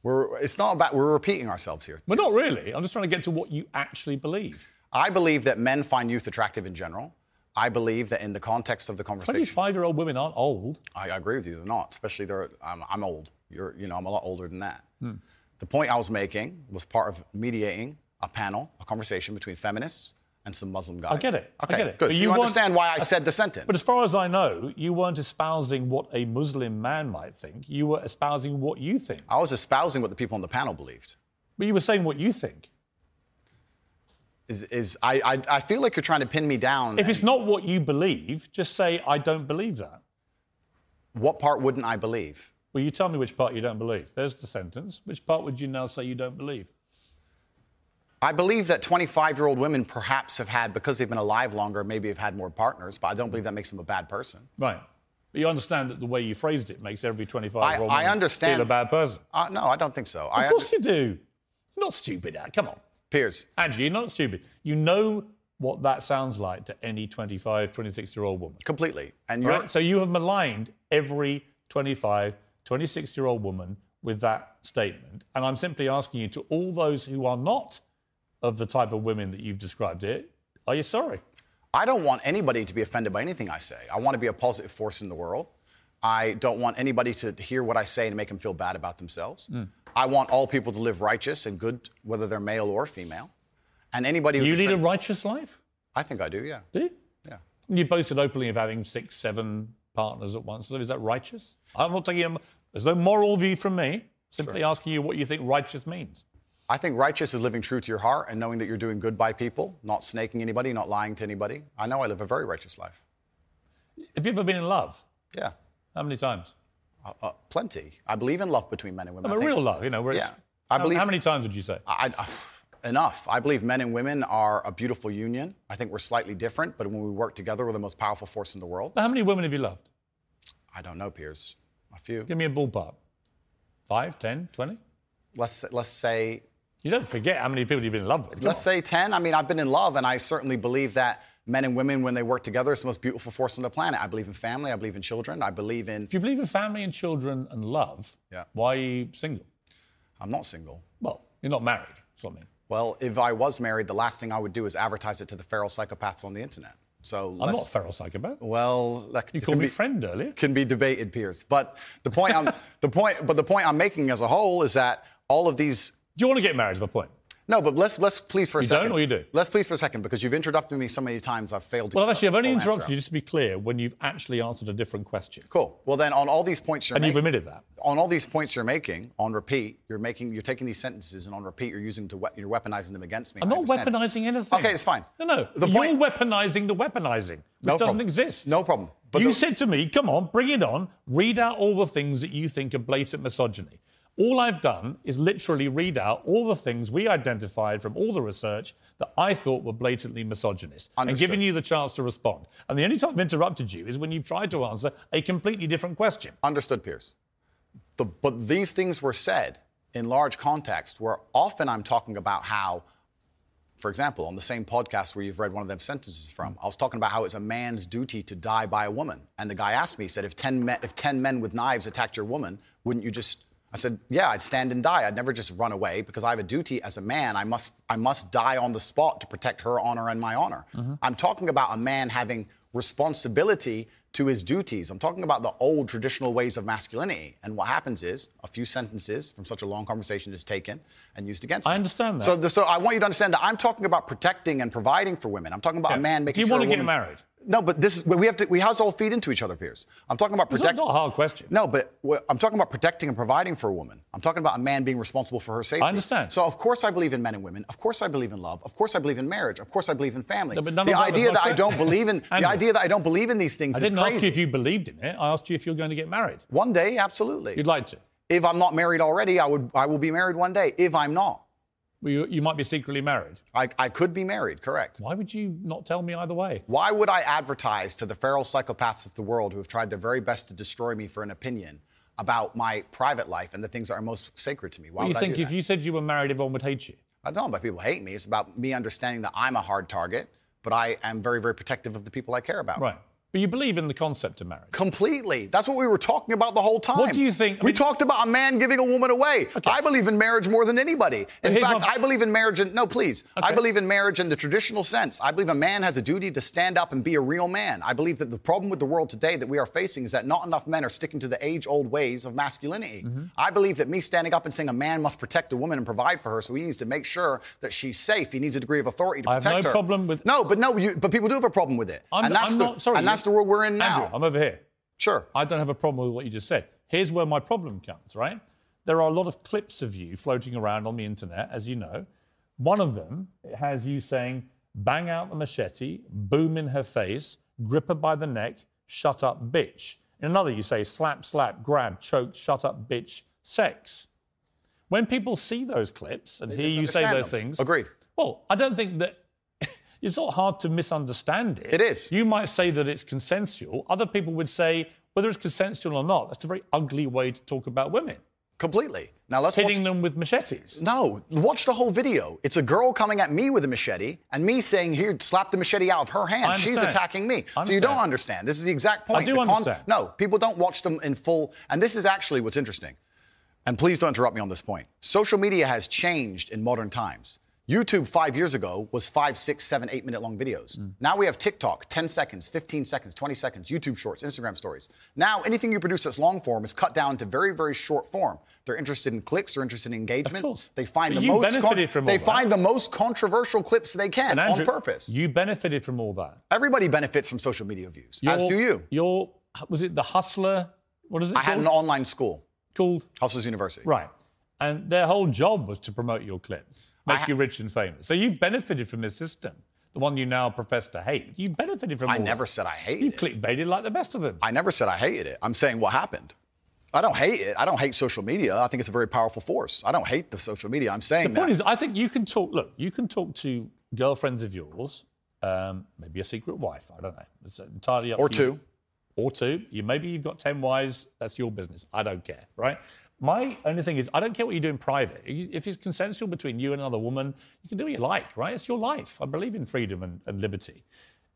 F: We're, it's not about, we're repeating ourselves here.
A: But not really. I'm just trying to get to what you actually believe.
F: I believe that men find youth attractive in general. I believe that in the context of the conversation,
A: 25-year-old women aren't old.
F: I I agree with you. They're not, especially they're. I'm, I'm old. You're, you know, I'm a lot older than that.
A: Hmm.
F: The point I was making was part of mediating a panel, a conversation between feminists and some Muslim guys.
A: I get it.
F: Okay,
A: I get it.
F: good.
A: But
F: so
A: you
F: you,
A: want-
F: understand why I said the sentence.
A: But as far as I know, you weren't espousing what a Muslim man might think. You were espousing what you think.
F: I was espousing what the people on the panel believed.
A: But you were saying what you think.
F: Is, is I, I, I feel like you're trying to pin me down.
A: If
F: and
A: it's not what you believe, just say, I don't believe that.
F: what part wouldn't I believe?
A: Well, you tell me which part you don't believe. There's the sentence. Which part would you now say you don't believe?
F: I believe that 25-year-old women perhaps have had, because they've been alive longer, maybe have had more partners, but I don't believe that makes them a bad person.
A: Right. But you understand that the way you phrased it makes every 25 year old
F: I understand.
A: feel a bad person.
F: Uh, no, I don't think so.
A: Of
F: I
A: course you do. You're not stupid. Al. Come on.
F: Piers,
A: Andrew, you're not stupid. You know what that sounds like to any 25, 26 year old woman.
F: completely. And you're
A: Right? So you have maligned every 25, 26 year old woman with that statement. And I'm simply asking you to all those who are not of the type of women that you've described here, are you sorry?
F: I don't want anybody to be offended by anything I say. I want to be a positive force in the world. I don't want anybody to hear what I say and make them feel bad about themselves.
A: Mm.
F: I want all people to live righteous and good, whether they're male or female. And anybody who's
A: you lead a
F: offended-
A: righteous life?
F: I think I do, yeah.
A: Do you?
F: Yeah.
A: You boasted openly of having six, seven partners at once. So is that righteous? I'm not taking a, there's no moral view from me. Simply asking you what you think righteous means.
F: I think righteous is living true to your heart and knowing that you're doing good by people, not snaking anybody, not lying to anybody. I know I live a very righteous life.
A: Have you ever been in love?
F: Yeah.
A: How many times?
F: Uh, uh, plenty. I believe in love between men and women.
A: I
F: I
A: mean,
F: think-
A: real love, you know, where it's.
F: Yeah. I
A: how,
F: believe-
A: how many times would you say?
F: I, I- enough. I believe men and women are a beautiful union. I think we're slightly different, but when we work together, we're the most powerful force in the world.
A: How many women have you loved?
F: I don't know, Piers. A few.
A: Give me a ballpark. Five, ten, twenty?
F: Let's let's say
A: You don't forget how many people you've been in love with. Come
F: let's
A: on.
F: say ten. I mean, I've been in love, and I certainly believe that men and women, when they work together, it's the most beautiful force on the planet. I believe in family. I believe in children. I believe in.
A: If you believe in family and children and love,
F: Yeah.
A: why are you single?
F: I'm not single.
A: Well, you're not married. That's what I mean.
F: Well, if I was married, the last thing I would do is advertise it to the feral psychopaths on the internet. So
A: I'm
F: let's-
A: not a feral psychopath.
F: Well, that
A: You
F: it
A: called
F: can
A: me
F: be-
A: friend earlier.
F: can be debated, Piers. But the point I'm the point but the point I'm making as a whole is that all of these
A: Do you want to get married? Is my point.
F: no, but let's let's please for a
A: You don't
F: second.
A: or you do?
F: Let's please for a second because you've interrupted me so many times. I've failed. to
A: Well,
F: get
A: I've actually,
F: a
A: I've only
F: full answer
A: interrupted you
F: out.
A: just to be clear when you've actually answered a different question.
F: Cool. Well, then on all these points you're
A: And you've
F: making,
A: admitted that.
F: on all these points you're making on repeat, you're making you're taking these sentences and on repeat you're using to we- you're weaponizing them against me.
A: I'm
F: I
A: not
F: understand.
A: weaponizing anything.
F: Okay, it's fine.
A: No, no.
F: The
A: You're
F: point-
A: weaponizing the weaponizing, which
F: No
A: doesn't
F: problem.
A: exist.
F: No problem. But
A: you
F: the-
A: said to me, come on, bring it on, read out all the things that you think are blatant misogyny. All I've done is literally read out all the things we identified from all the research that I thought were blatantly misogynist and
F: Understood.
A: given you the chance to respond. And the only time I've interrupted you is when you've tried to answer a completely different question.
F: Understood, Pierce. The, but these things were said in large context where often I'm talking about how, for example, on the same podcast where you've read one of them sentences from, I was talking about how it's a man's duty to die by a woman. And the guy asked me, he said, if 10 men, if 10 men with knives attacked your woman, wouldn't you just, I said, yeah, I'd stand and die. I'd never just run away because I have a duty as a man. I must, I must die on the spot to protect her honor and my honor. I'm talking about a man having responsibility to his duties. I'm talking about the old traditional ways of masculinity. And what happens is a few sentences from such a long conversation is taken and used against
A: I
F: me.
A: understand that.
F: So, the, so I want you to understand that I'm talking about protecting and providing for women. I'm talking about a man
A: Do
F: making
A: you
F: sure
A: want
F: a
A: to get
F: woman-
A: married?
F: No, but this is we have to we has all feed into each other, Piers. I'm talking about
A: It's
F: protecting.
A: not a hard question.
F: No, but wh- I'm talking about protecting and providing for a woman. I'm talking about a man being responsible for her safety.
A: understand.
F: So of course I believe in men and women. Of course I believe in love. Of course I believe in marriage. Of course I believe in family.
A: No, but none
F: the
A: of that was
F: idea
A: my
F: that I
A: que-
F: don't believe in the
A: Andrew.
F: idea that I don't believe in these things
A: I
F: is
A: didn't
F: crazy.
A: ask you if you believed in it. I asked you if you were going to get married.
F: One day, absolutely.
A: You'd like to.
F: if I'm not married already, I would I will be married one day. If I'm not,
A: Well, you, you might be secretly married.
F: I, I could be married, correct.
A: Why would you not tell me either way?
F: Why would I advertise to the feral psychopaths of the world who have tried their very best to destroy me for an opinion about my private life and the things that are most sacred to me? Why
A: Well, you
F: would
A: think
F: I do
A: if
F: that?
A: you said you were married, everyone would hate you?
F: I don't know about people hate me. It's about me understanding that I'm a hard target but I am very, very protective of the people I care about.
A: Right. But you believe in the concept of marriage.
F: Completely. That's what we were talking about the whole time.
A: What do you think- I
F: we
A: mean-
F: talked about a man giving a woman away. I believe in marriage more than anybody. In
A: here's
F: fact,
A: my-
F: I believe in marriage in no, please. I
A: Okay.
F: believe in marriage in the traditional sense. I believe a man has a duty to stand up and be a real man. I believe that the problem with the world today that we are facing is that not enough men are sticking to the age-old ways of masculinity.
A: Mm-hmm.
F: I believe that me standing up and saying a man must protect a woman and provide for her, so he needs to make sure that she's safe. He needs a degree of authority to
A: I have no
F: protect her.
A: problem with-
F: No, but no, you, but people do have a problem with it.
A: I'm,
F: and that's
A: I'm
F: the,
A: not sorry.
F: And
A: you-
F: that's the world we're in now.
A: Andrew, I'm over here.
F: Sure.
A: I don't have a problem with what you just said. Here's where my problem comes, right? There are a lot of clips of you floating around on the internet, as you know. One of them has you saying, bang out the machete, boom in her face, grip her by the neck, shut up, bitch. In another, you say, slap, slap, grab, choke, shut up, bitch, sex. When people see those clips and hear you say
F: misunderstand
A: those
F: them.
A: things,
F: Agreed.
A: Well, I don't think that it's not hard to misunderstand it.
F: It is.
A: You might say that it's consensual. Other people would say whether it's consensual or not. That's a very ugly way to talk about women.
F: Completely. Now let's
A: Hitting
F: watch.
A: them with machetes.
F: No, watch the whole video. It's a girl coming at me with a machete and me saying, here, slap the machete out of her
A: I
F: hand. She's
A: understand.
F: attacking me.
A: I
F: So you don't
A: understand.
F: understand. This is the exact point.
A: do
F: The con-
A: understand.
F: No, people don't watch them in full. And this is actually what's interesting. And please don't interrupt me on this point. Social media has changed in modern times. YouTube five years ago was five, six, seven, eight minute long videos.
A: Hmm.
F: Now we have TikTok, 10 seconds, 15 seconds, 20 seconds, YouTube shorts, Instagram stories. Now anything you produce that's long form is cut down to very, very short form. They're interested in clicks, they're interested in engagement.
A: course.
F: They find
A: But
F: the
A: you
F: most
A: benefited from all
F: they
A: that.
F: find the most controversial clips they can
A: And Andrew,
F: on purpose.
A: You benefited from all that.
F: Everybody benefits from social media views, as
A: Your-
F: do you.
A: Your was it the hustler? What is it
F: I had
A: called?
F: an online school,
A: called
F: Hustlers University.
A: right. And their whole job was to promote your clips, make
F: ha-
A: you rich and famous. So you've benefited from this system, the one you now profess to hate. You've benefited from.
F: I
A: all
F: never
A: that.
F: said I hated
A: You've
F: it.
A: clickbaited like the best of them.
F: I never said I hated it. I'm saying what happened. I don't hate it. I don't hate social media. I think it's a very powerful force. I don't hate the social media. I'm saying
A: The
F: that.
A: point is, I think you can talk. Look, you can talk to girlfriends of yours, um, maybe a secret wife. I don't know. It's entirely up
F: or
A: to you.
F: two.
A: or two. You maybe you've got ten wives. That's your business. I don't care, right? My only thing is, I don't care what you do in private. You- If it's consensual between you and another woman, you can do what you like, right? It's your life. I believe in freedom and, and liberty.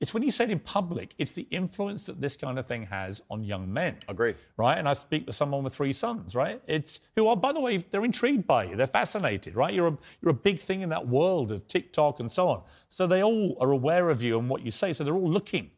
A: It's when you say it in public, it's the influence that this kind of thing has on young men.
F: Agree.
A: Right? And I speak with someone with three sons, right? It's who are, by the way, they're intrigued by you. They're fascinated, right? You're a, you're a big thing in that world of TikTok and so on. So they all are aware of you and what you say. So they're all looking.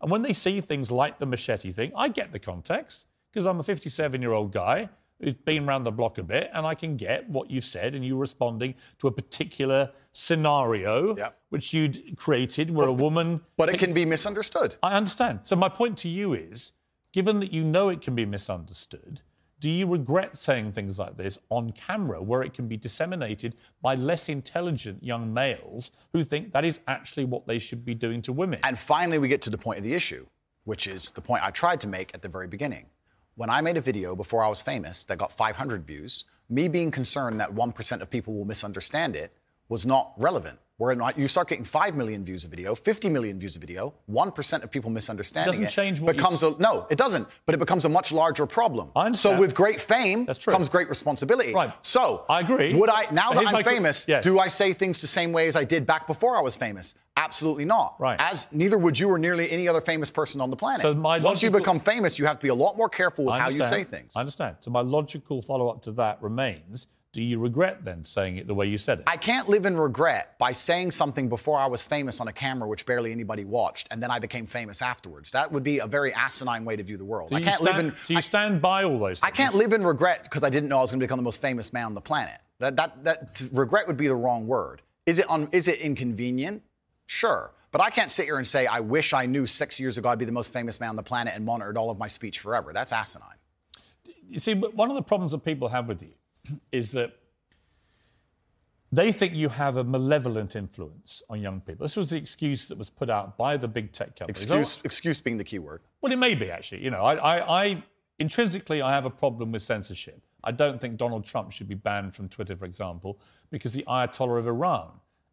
A: And when they see things like the machete thing, I get the context because I'm a 57 year old guy who's been around the block a bit and I can get what you've said and you responding to a particular scenario
F: Yep.
A: which you'd created where a woman.
F: But it can be misunderstood.
A: I understand. So my point to you is given that you know it can be misunderstood, do you regret saying things like this on camera where it can be disseminated by less intelligent young males who think that is actually what they should be doing to women?
F: And finally, we get to the point of the issue, which is the point I tried to make at the very beginning. When I made a video before I was famous that got 500 views, me being concerned that 1% of people will misunderstand it was not relevant. Where not- you start getting 5 million views a video, 50 million views a video, 1% of people misunderstanding
A: Doesn't change what you
F: becomes
A: s-
F: a, no, it doesn't, but it becomes a much larger problem.
A: I understand.
F: So with great fame
A: That's true.
F: comes great responsibility.
A: Right.
F: So
A: I agree.
F: Would I now that
A: Here's my
F: I'm
A: que-
F: famous,
A: Yes.
F: do I say things the same way as I did back before I was famous? Absolutely not.
A: Right.
F: As neither would you or nearly any other famous person on the planet.
A: So my
F: Once you
A: logical-
F: become famous, you have to be a lot more careful with
A: I
F: how you say
A: understand.
F: things.
A: I understand. So my logical follow-up to that remains: Do you regret then saying it the way you said it?
F: I can't live in regret by saying something before I was famous on a camera which barely anybody watched, and then I became famous afterwards. That would be a very asinine way to view the world.
A: do
F: I
A: you
F: can't
A: stand,
F: live
A: do
F: in.
A: you
F: I,
A: stand by all those? Things?
F: I can't live in regret because I didn't know I was going to become the most famous man on the planet. That that that t- regret would be the wrong word. Is it un, is it inconvenient? Sure, but I can't sit here and say I wish I knew six years ago I'd be the most famous man on the planet and monitored all of my speech forever. That's asinine.
A: You see, but one of the problems that people have with you is that they think you have a malevolent influence on young people. This was the excuse that was put out by the big tech companies.
F: Excuse excuse being the key word.
A: Well, it may be actually. You know, I, I, I intrinsically I have a problem with censorship. I don't think Donald Trump should be banned from Twitter, for example, because the Ayatollah of Iran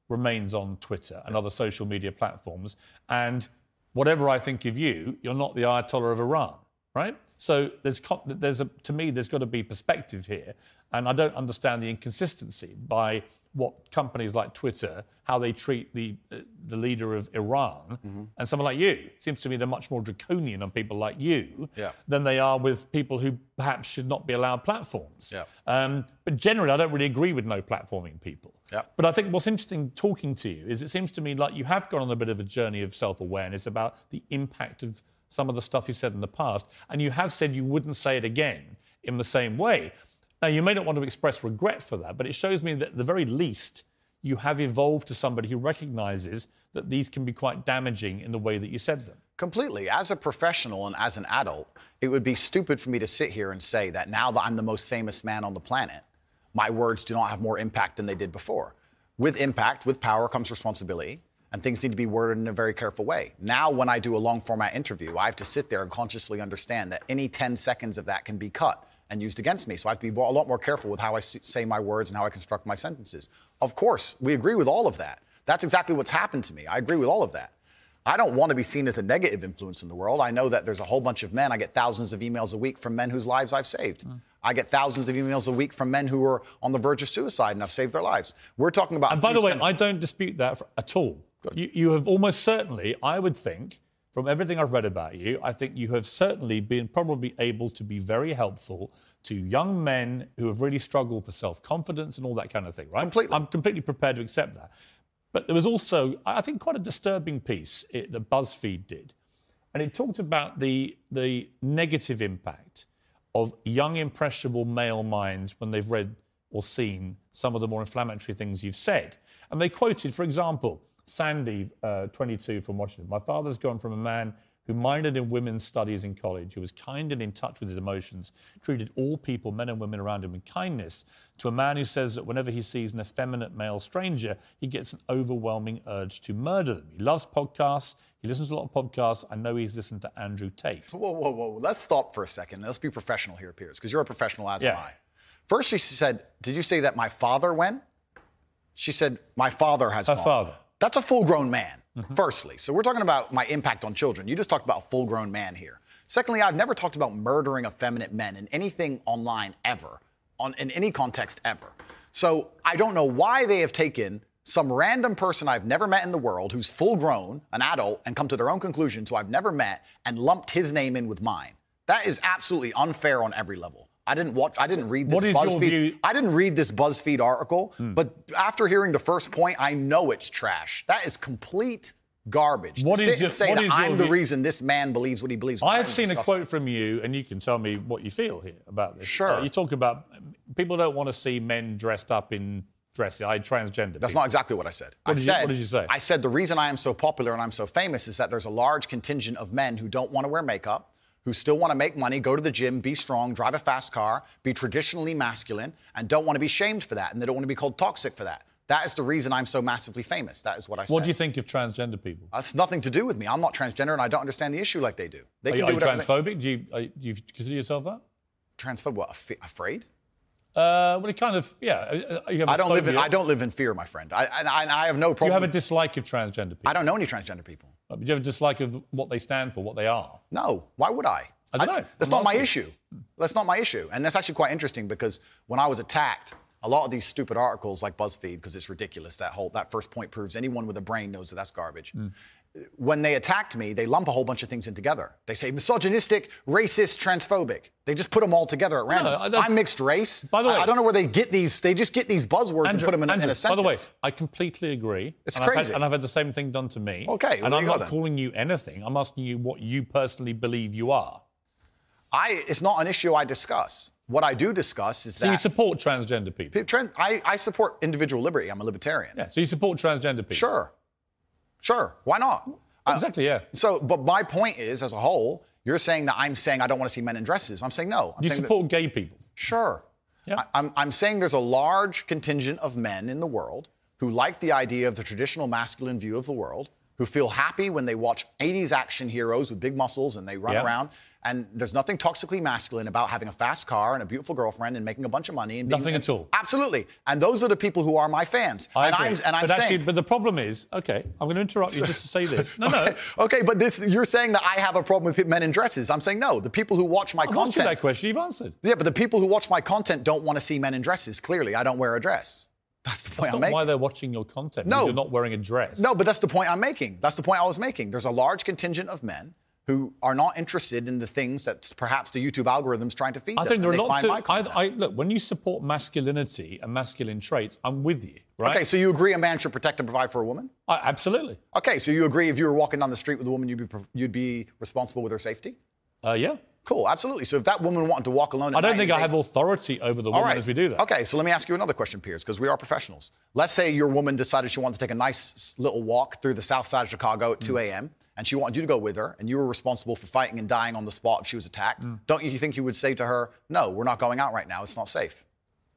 A: remains on Twitter and other social media platforms. And whatever I think of you, you're not the Ayatollah of Iran, right? So there's co- there's a, to me there's got to be perspective here, and I don't understand the inconsistency by what companies like Twitter, how they treat the, uh, the leader of Iran and someone like you. It seems to me they're much more draconian on people like you
F: Yeah.
A: than they are with people who perhaps should not be allowed platforms.
F: Yeah.
A: Um, but generally, I don't really agree with no platforming people.
F: Yeah.
A: But I think what's interesting talking to you is it seems to me like you have gone on a bit of a journey of self awareness about the impact of some of the stuff you said in the past. And you have said you wouldn't say it again in the same way. Now, you may not want to express regret for that, but it shows me that at the very least, you have evolved to somebody who recognizes that these can be quite damaging in the way that you said them.
F: Completely. As a professional and as an adult, it would be stupid for me to sit here and say that now that I'm the most famous man on the planet, my words do not have more impact than they did before. With impact, with power comes responsibility, and things need to be worded in a very careful way. Now, when I do a long format interview, I have to sit there and consciously understand that any 10 seconds of that can be cut and used against me. So I have to be a lot more careful with how I s- say my words and how I construct my sentences. Of course, we agree with all of that. That's exactly what's happened to me. I agree with all of that. I don't want to be seen as a negative influence in the world. I know that there's a whole bunch of men. I get thousands of emails a week from men whose lives I've saved.
A: Hmm.
F: I get thousands of emails a week from men who are on the verge of suicide and I've saved their lives. We're talking about.
A: And by the way, I don't dispute that for, at all. You, you have almost certainly, I would think, from everything I've read about you, I think you have certainly been probably able to be very helpful to young men who have really struggled for self confidence and all that kind of thing, right?
F: Completely.
A: I'm completely prepared to accept that. But there was also, I I think, quite a disturbing piece eh, that BuzzFeed did. And it talked about the, the negative impact of young, impressionable male minds when they've read or seen some of the more inflammatory things you've said. And they quoted, for example, Sandy, uh, 22, from Washington. My father's gone from a man who minored in women's studies in college, who was kind and in touch with his emotions, treated all people, men and women around him, with kindness, to a man who says that whenever he sees an effeminate male stranger, he gets an overwhelming urge to murder them. He loves podcasts. He listens to a lot of podcasts. I know he's listened to Andrew Tate.
F: Whoa, whoa, whoa. Let's stop for a second. Let's be professional here, Piers, because you're a professional, as am
A: Yeah.
F: I. First, she said, Did you say that my father went? She said, My father has
A: Her
F: gone."
A: father.
F: That's a full grown man,
A: Mm-hmm.
F: firstly. So we're talking about my impact on children. You just talked about a full grown man here. Secondly, I've never talked about murdering effeminate men in anything online ever, on, in any context ever. So I don't know why they have taken some random person I've never met in the world who's full grown, an adult, and come to their own conclusions who I've never met and lumped his name in with mine. That is absolutely unfair on every level. I didn't watch, I didn't read this
A: What is your
F: BuzzFeed.
A: view-
F: I didn't read this BuzzFeed article,
A: Hmm.
F: but after hearing the first point, I know it's trash. That is complete garbage.
A: What
F: to
A: is
F: sit
A: your-
F: and say
A: what
F: that
A: is your
F: I'm the
A: view-
F: reason this man believes what he believes?
A: I
F: That
A: have
F: is
A: seen a
F: disgusting.
A: quote from you, and you can tell me what you feel here about this.
F: Sure.
A: Uh, you talk about people don't want to see men dressed up in dresses. I transgender.
F: That's not exactly what I said. I
A: did you-
F: said
A: what did you say?
F: I said the reason I am so popular and I'm so famous is that there's a large contingent of men who don't want to wear makeup, who still want to make money, go to the gym, be strong, drive a fast car, be traditionally masculine, and don't want to be shamed for that, and they don't want to be called toxic for that. That is the reason I'm so massively famous. That is what I said.
A: What do you think of transgender people?
F: That's nothing to do with me. I'm not transgender and I don't understand the issue like they do. They
A: Are you, are
F: do
A: you
F: whatever they-
A: transphobic? Do you, are, you- do you consider yourself that?
F: Transphobe? What? Af- afraid?
A: Uh, well, it kind of, yeah. uh, You have a
F: I don't live in.
A: phobia.
F: I don't live in fear, my friend. I and I, and I have no
A: Do you
F: problem.
A: have a dislike of transgender people?
F: I don't know any transgender people.
A: Uh, Do you have a dislike of what they stand for, what they are?
F: No. Why would I?
A: I don't know.
F: That's
A: I'm
F: not my
A: asking.
F: issue. That's not my issue. And that's actually quite interesting because when I was attacked, a lot of these stupid articles like BuzzFeed, because it's ridiculous. That whole that first point proves anyone with a brain knows that that's garbage.
A: Hmm.
F: When they attacked me, they lump a whole bunch of things in together. They say misogynistic, racist, transphobic. They just put them all together at
A: I
F: random.
A: don't-
F: I'm mixed race.
A: By the way-
F: I, I don't know where they get these. They just get these buzzwords and
A: Andrew-
F: put them in, a- in
A: Andrew,
F: a sentence.
A: By the way, I completely agree.
F: It's
A: and I've had-
F: crazy.
A: and I've had the same thing done to me.
F: Okay, well,
A: and
F: there
A: I'm
F: you go
A: not
F: then.
A: calling you anything. I'm asking you what you personally believe you are.
F: I it's not an issue I discuss. What I do discuss is
A: So
F: that
A: you support transgender people?
F: Pe- tran- I, I support individual liberty. I'm a libertarian.
A: Yeah. So you support transgender people?
F: Sure. Sure. Why not? I-
A: Exactly. Yeah. Do
F: so, but my point is, as a whole, you're saying that I'm saying I don't want to see men in dresses. I'm saying no. I'm
A: you
F: saying that-
A: support gay people?
F: Sure.
A: Yeah.
F: I, am I'm saying there's a large contingent of men in the world who like the idea of the traditional masculine view of the world, who feel happy when they watch 80s action heroes with big muscles and they run
A: Yeah.
F: around. And there's nothing toxically masculine about having a fast car and a beautiful girlfriend and making a bunch of money. And being-
A: Nothing at all.
F: Absolutely. And those are the people who are my fans.
A: I
F: and
A: agree.
F: I'm, and I'm
A: but
F: saying.
A: actually, but the problem is, okay, I'm going to interrupt you just to say this. No, no.
F: okay, but this you're saying that I have a problem with men in dresses. I'm saying no. The people who watch my
A: I've asked you
F: content.
A: that question. You've answered.
F: Yeah, but the people who watch my content don't want to see men in dresses. Clearly, I don't wear a dress. That's the point
A: That's not
F: I'm making.
A: why they're watching your content.
F: No.
A: because You're not wearing a dress.
F: No, but that's the point I'm making. That's the point I was making. There's a large contingent of men who are not interested in the things that perhaps the YouTube algorithm's trying to feed
A: I
F: them.
A: think there
F: and
A: are
F: they
A: lots
F: find
A: of.
F: my
A: I,
F: content.
A: I, look, when you support masculinity and masculine traits, I'm with you, right?
F: Okay, so you agree a man should protect and provide for a woman?
A: I, absolutely.
F: Okay, so you agree if you were walking down the street with a woman, you'd be, pro- you'd be responsible with her safety?
A: Uh, yeah.
F: Cool, absolutely. So if that woman wanted to walk alone, at
A: I don't
F: night,
A: think
F: you
A: I have authority over the woman as we do that.
F: Okay, so let me ask you another question, Piers, because we are professionals. Let's say your woman decided she wanted to take a nice little walk through the south side of Chicago at 2
A: Mm.
F: a.m., and she wanted you to go with her, and you were responsible for fighting and dying on the spot if she was attacked.
A: Mm.
F: Don't you think you would say to her, no, we're not going out right now, it's not safe?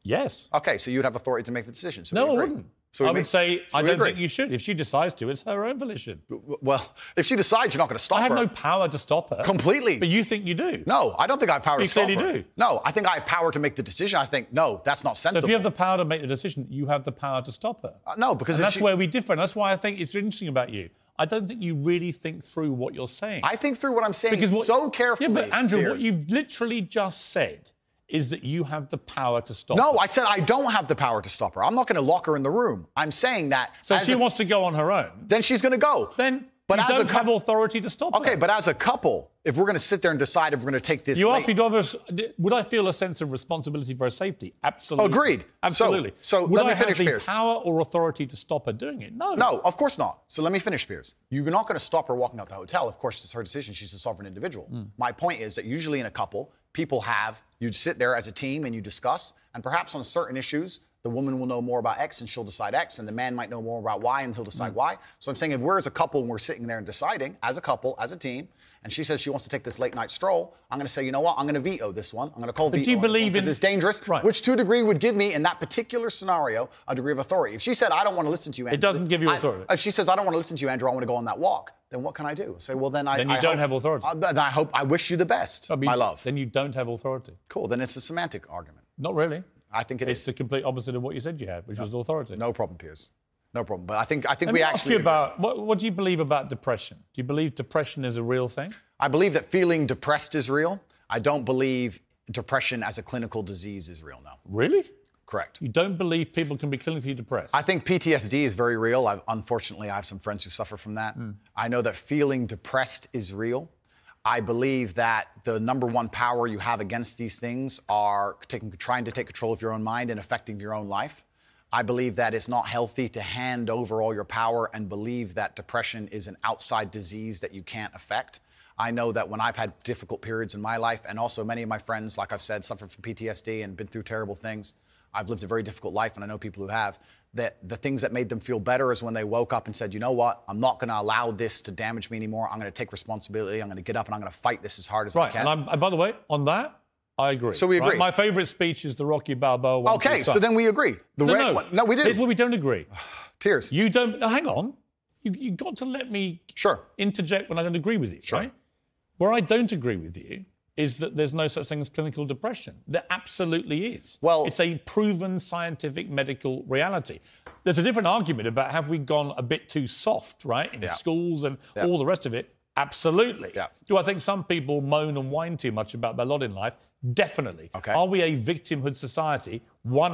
A: Yes.
F: Okay, so you'd have authority to make the decision. So
A: no,
F: we
A: I
F: Oh, agree.
A: wouldn't.
F: So
A: I
F: we
A: would
F: make-
A: say
F: so
A: I
F: we
A: don't
F: agree.
A: think you should. If she decides to, it's her own volition.
F: Well, if she decides you're not going to stop
A: I have
F: her.
A: no power to stop her.
F: Completely.
A: But you think you do.
F: No, I don't think I have power
A: You
F: to stop
A: clearly
F: her.
A: do.
F: No, I think I have power to make the decision. I think no, that's not
A: So
F: sensible.
A: if you have the power to make the decision, you have the power to stop her.
F: Uh, no, because
A: And
F: if
A: that's
F: she-
A: where we differ. And that's why I think it's interesting about you. I don't think you really think through what you're saying.
F: I think through what I'm saying
A: because what,
F: so carefully.
A: Yeah, but Andrew, what
F: Piers.
A: you've literally just said is that you have the power to stop.
F: No,
A: her.
F: I said I don't have the power to stop her. I'm not going to lock her in the room. I'm saying that.
A: So if
F: as
A: she
F: a-
A: wants to go on her own,
F: Then she's going to go.
A: then
F: But
A: you
F: as a
A: don't have
F: couple-
A: authority to stop her.
F: Okay, but as a couple, if we're going to sit there and decide if we're going to take this.
A: You
F: late-
A: asked me, do I have a- would I feel a sense of responsibility for her safety? Absolutely.
F: Agreed. So-
A: Absolutely.
F: so
A: would
F: let me
A: I have
F: finish,
A: the
F: Piers.
A: power or authority to stop her doing it? No.
F: No, of course not. So let me finish, Piers. You're not going to stop her walking out the hotel. Of course, it's her decision. She's a sovereign individual.
A: Hmm.
F: My point is that usually in a couple, people have, you'd sit there as a team and you discuss, and perhaps on certain issues, the woman will know more about X and she'll decide X, and the man might know more about Y and he'll decide
A: Hmm.
F: Y. So I'm saying if we're as a couple and we're sitting there and deciding, as a couple, as a team, and she says she wants to take this late night stroll, I'm going to say, you know what? I'm going to veto this one. I'm going to call
A: But
F: veto.
A: do you
F: on this one
A: believe in-
F: 'cause it's dangerous?
A: Right.
F: Which to a degree would give me, in that particular scenario, a degree of authority. If she said, I don't want to listen to you, Andrew,
A: doesn't give you
F: I-
A: authority.
F: if she says, I don't want to listen to you, Andrew, I want to go on that walk, then what can I do? Say, well, then I.
A: Then you
F: I
A: don't
F: hope-
A: have authority.
F: Uh, then I hope, I wish you the best,
A: I mean,
F: my love.
A: Then you don't have authority.
F: cool, then it's a semantic argument.
A: Not really.
F: I think it
A: It's
F: is.
A: the complete opposite of what you said you had, which was authority.
F: no problem, Piers. No problem. But I think, I think
A: Let
F: we
A: me ask
F: actually.
A: you about what, what do you believe about depression? Do you believe depression is a real thing?
F: I believe that feeling depressed is real. I don't believe depression as a clinical disease is real, no.
A: Really?
F: Correct.
A: You don't believe people can be clinically depressed?
F: I think PTSD is very real. I've, unfortunately, I have some friends who suffer from that. I know that feeling depressed is real. I believe that the number one power you have against these things are taking, trying to take control of your own mind and affecting your own life. I believe that it's not healthy to hand over all your power and believe that depression is an outside disease that you can't affect. I know that when I've had difficult periods in my life, and also many of my friends, like I've said, suffered from PTSD and been through terrible things. I've lived a very difficult life, and I know people who have. That the things that made them feel better is when they woke up and said, you know what, I'm not going to allow this to damage me anymore. I'm going to take responsibility. I'm going to get up and I'm going to fight this as hard as I
A: right.
F: can.
A: And, I'm, and by the way, on that, I agree.
F: So we
A: right?
F: agree.
A: My favourite speech is the Rocky Balboa one. to
F: okay,
A: the
F: so
A: sun.
F: then we agree. The
A: No,
F: way-
A: no.
F: what- no, we
A: Here's what
F: do.
A: we don't agree.
F: Pierce,
A: You don't. no, hang on. You you got to let me
F: Sure.
A: interject when I don't agree with you. Right. Where I don't agree with you is that there's no such thing as clinical depression. There absolutely is.
F: Well-
A: it's a proven scientific medical reality. There's a different argument about have we gone a bit too soft, right, in
F: Yeah.
A: schools and
F: Yeah.
A: all the rest of it. Absolutely.
F: Yeah.
A: Do I think some people moan and whine too much about their lot in life? Definitely.
F: Okay.
A: Are we a victimhood society?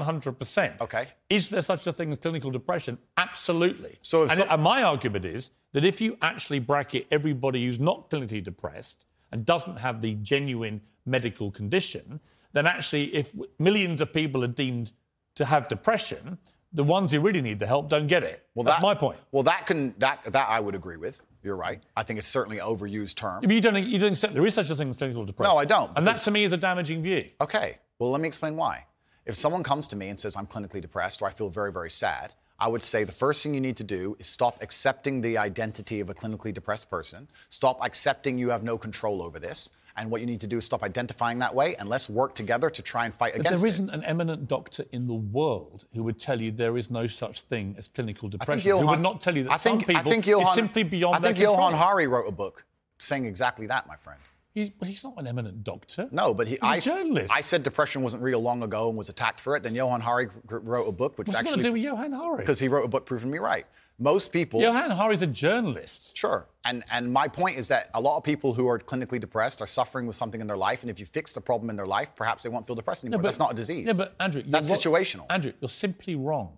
A: 100%.
F: Okay.
A: Is there such a thing as clinical depression? Absolutely.
F: So if
A: and,
F: so-
A: and my argument is that if you actually bracket everybody who's not clinically depressed and doesn't have the genuine medical condition, then actually, if w- millions of people are deemed to have depression, the ones who really need the help don't get it. Well, that's
F: that-
A: my point.
F: Well, that can that that I would agree with. You're right. I think it's certainly an overused term.
A: But you don't you don't accept there is such a thing as clinical depression.
F: No, I don't,
A: And that
F: because-
A: to me is a damaging view.
F: Okay. Well, let me explain why. If someone comes to me and says I'm clinically depressed or I feel very very sad, I would say the first thing you need to do is stop accepting the identity of a clinically depressed person. Stop accepting you have no control over this. And what you need to do is stop identifying that way and let's work together to try and fight
A: But
F: against
A: there
F: it.
A: isn't an eminent doctor in the world who would tell you there is no such thing as clinical depression. who would
F: Johann-
A: not tell you that
F: I think,
A: some people
F: I think
A: it's
F: Johann-
A: simply beyond
F: I think
A: their
F: Johann
A: control.
F: Hari wrote a book saying exactly that, my friend.
A: He's, but he's not an eminent doctor.
F: No, but he,
A: he's a
F: I, s-
A: journalist.
F: I said depression wasn't real long ago and was attacked for it. Then Johan Hari g- g- wrote a book, which
A: What's it got
F: actually
A: to do with Johan Hari?
F: because he wrote a book proving me right. Most people,
A: Johan Hari's a journalist.
F: sure. And and my point is that a lot of people who are clinically depressed are suffering with something in their life, and if you fix the problem in their life, perhaps they won't feel depressed anymore. That's not a disease.
A: Yeah, but Andrew, you're
F: that's
A: wrong-
F: situational.
A: Andrew, you're simply wrong.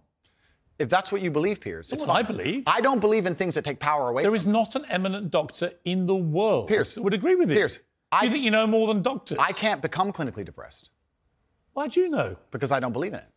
F: If that's what you believe, Piers,
A: That's
F: it's
A: what I
F: fine.
A: believe.
F: I don't believe in things that take power away.
A: There
F: from
A: is not an eminent doctor in the world
F: Pierce.
A: that would agree with you.
F: Pierce,
A: do
F: I-
A: you think you know more than doctors?
F: I can't become clinically depressed
A: Why do you know?
F: because I don't believe in it.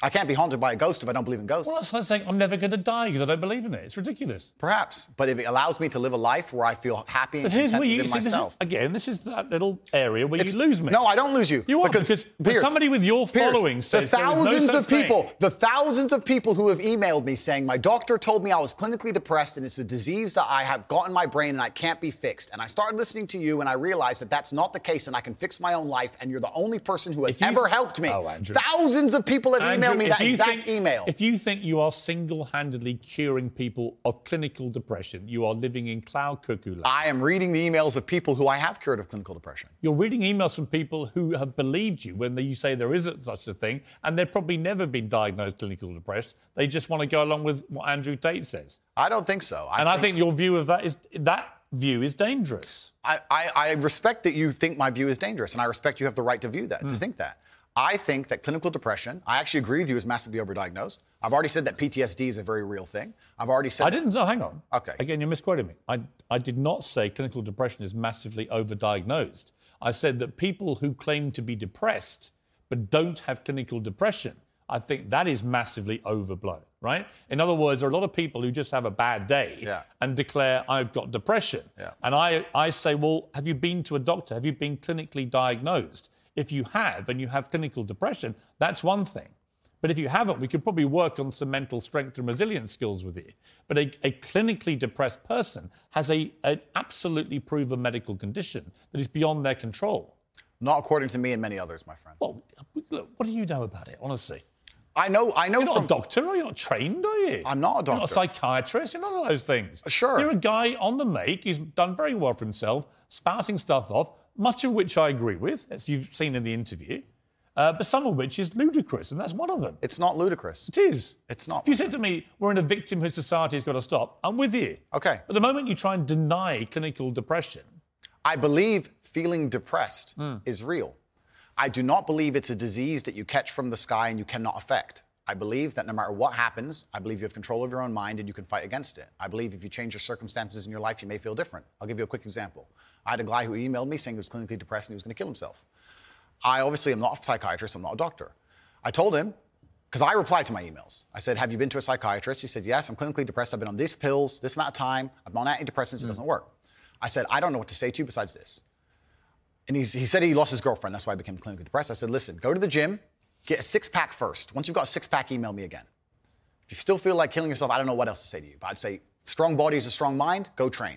F: I can't be haunted by a ghost if I don't believe in ghosts.
A: Well, that's like saying I'm never going to die because I don't believe in it. It's ridiculous.
F: Perhaps, but if it allows me to live a life where I feel happy and
A: But here's
F: content
A: where you
F: within
A: see this is,
F: myself.
A: again. This is that little area where
F: It's-
A: you lose me.
F: No, I don't lose you.
A: You are, because when
F: Piers,
A: somebody with your
F: Piers,
A: following says
F: the
A: there is no
F: thousands
A: such
F: of people,
A: thing.
F: the thousands of people who have emailed me saying my doctor told me I was clinically depressed and it's a disease that I have got in my brain and I can't be fixed. And I started listening to you and I realized that that's not the case and I can fix my own life. And you're the only person who has
A: If you-
F: ever helped me.
A: Oh, Andrew.
F: thousands of people have
A: Andrew,
F: emailed me
A: if
F: that
A: you
F: exact
A: think-
F: email.
A: If you think you are single-handedly curing people of clinical depression, you are living in cloud cuckoo land.
F: I am reading the emails of people who I have cured of clinical depression.
A: You're reading emails from people who have believed you when you say there isn't such a thing, and they've probably never been diagnosed clinical depressed. They just want to go along with what Andrew Tate says.
F: I don't think so.
A: And I think your view of that is that view is dangerous.
F: I, I, I respect that you think my view is dangerous, and I respect you have the right to view that,
A: Hmm.
F: to think that. I think that clinical depression, I actually agree with you, is massively overdiagnosed. I've already said that PTSD is a very real thing. I've already said
A: I didn't. Oh, hang on.
F: Okay.
A: Again, you're misquoting me. I, I did not say clinical depression is massively overdiagnosed. I said that people who claim to be depressed but don't have clinical depression, I think that is massively overblown, right? In other words, there are a lot of people who just have a bad day
F: Yeah.
A: and declare, I've got depression.
F: Yeah.
A: And I, I say, well, have you been to a doctor? Have you been clinically diagnosed? If you have and you have clinical depression, that's one thing. But if you haven't, we could probably work on some mental strength and resilience skills with you. But a, a clinically depressed person has a, an absolutely proven medical condition that is beyond their control.
F: not according to me and many others, my friend.
A: Well, look, what do you know about it, honestly?
F: I know, I know
A: You're
F: from
A: not a doctor, are you? You're not trained, are you?
F: I'm not a
A: You're not
F: doctor.
A: a psychiatrist. You're none of those things.
F: Sure.
A: You're a guy on the make. He's done very well for himself, spouting stuff off, much of which I agree with, as you've seen in the interview, uh, but some of which is ludicrous, and that's one of them.
F: It's not ludicrous.
A: It is.
F: It's not.
A: If you said to me, we're in a victimhood society, has got to stop, I'm with you.
F: Okay.
A: But the moment you try and deny clinical depression,
F: I believe feeling depressed is real. I do not believe it's a disease that you catch from the sky and you cannot affect. I believe that no matter what happens, I believe you have control of your own mind and you can fight against it. I believe if you change your circumstances in your life, you may feel different. I'll give you a quick example. I had a guy who emailed me saying he was clinically depressed and he was going to kill himself. I obviously am not a psychiatrist, I'm not a doctor. I told him, because I replied to my emails. I said, Have you been to a psychiatrist? He said, Yes, I'm clinically depressed. I've been on these pills, this amount of time. I'm on antidepressants. It doesn't work. I said, I don't know what to say to you besides this. And he's, he said he lost his girlfriend. That's why I became clinically depressed. I said, Listen, go to the gym, get a six pack first. Once you've got a six pack, email me again. If you still feel like killing yourself, I don't know what else to say to you, but I'd say, Strong body is a strong mind, go train.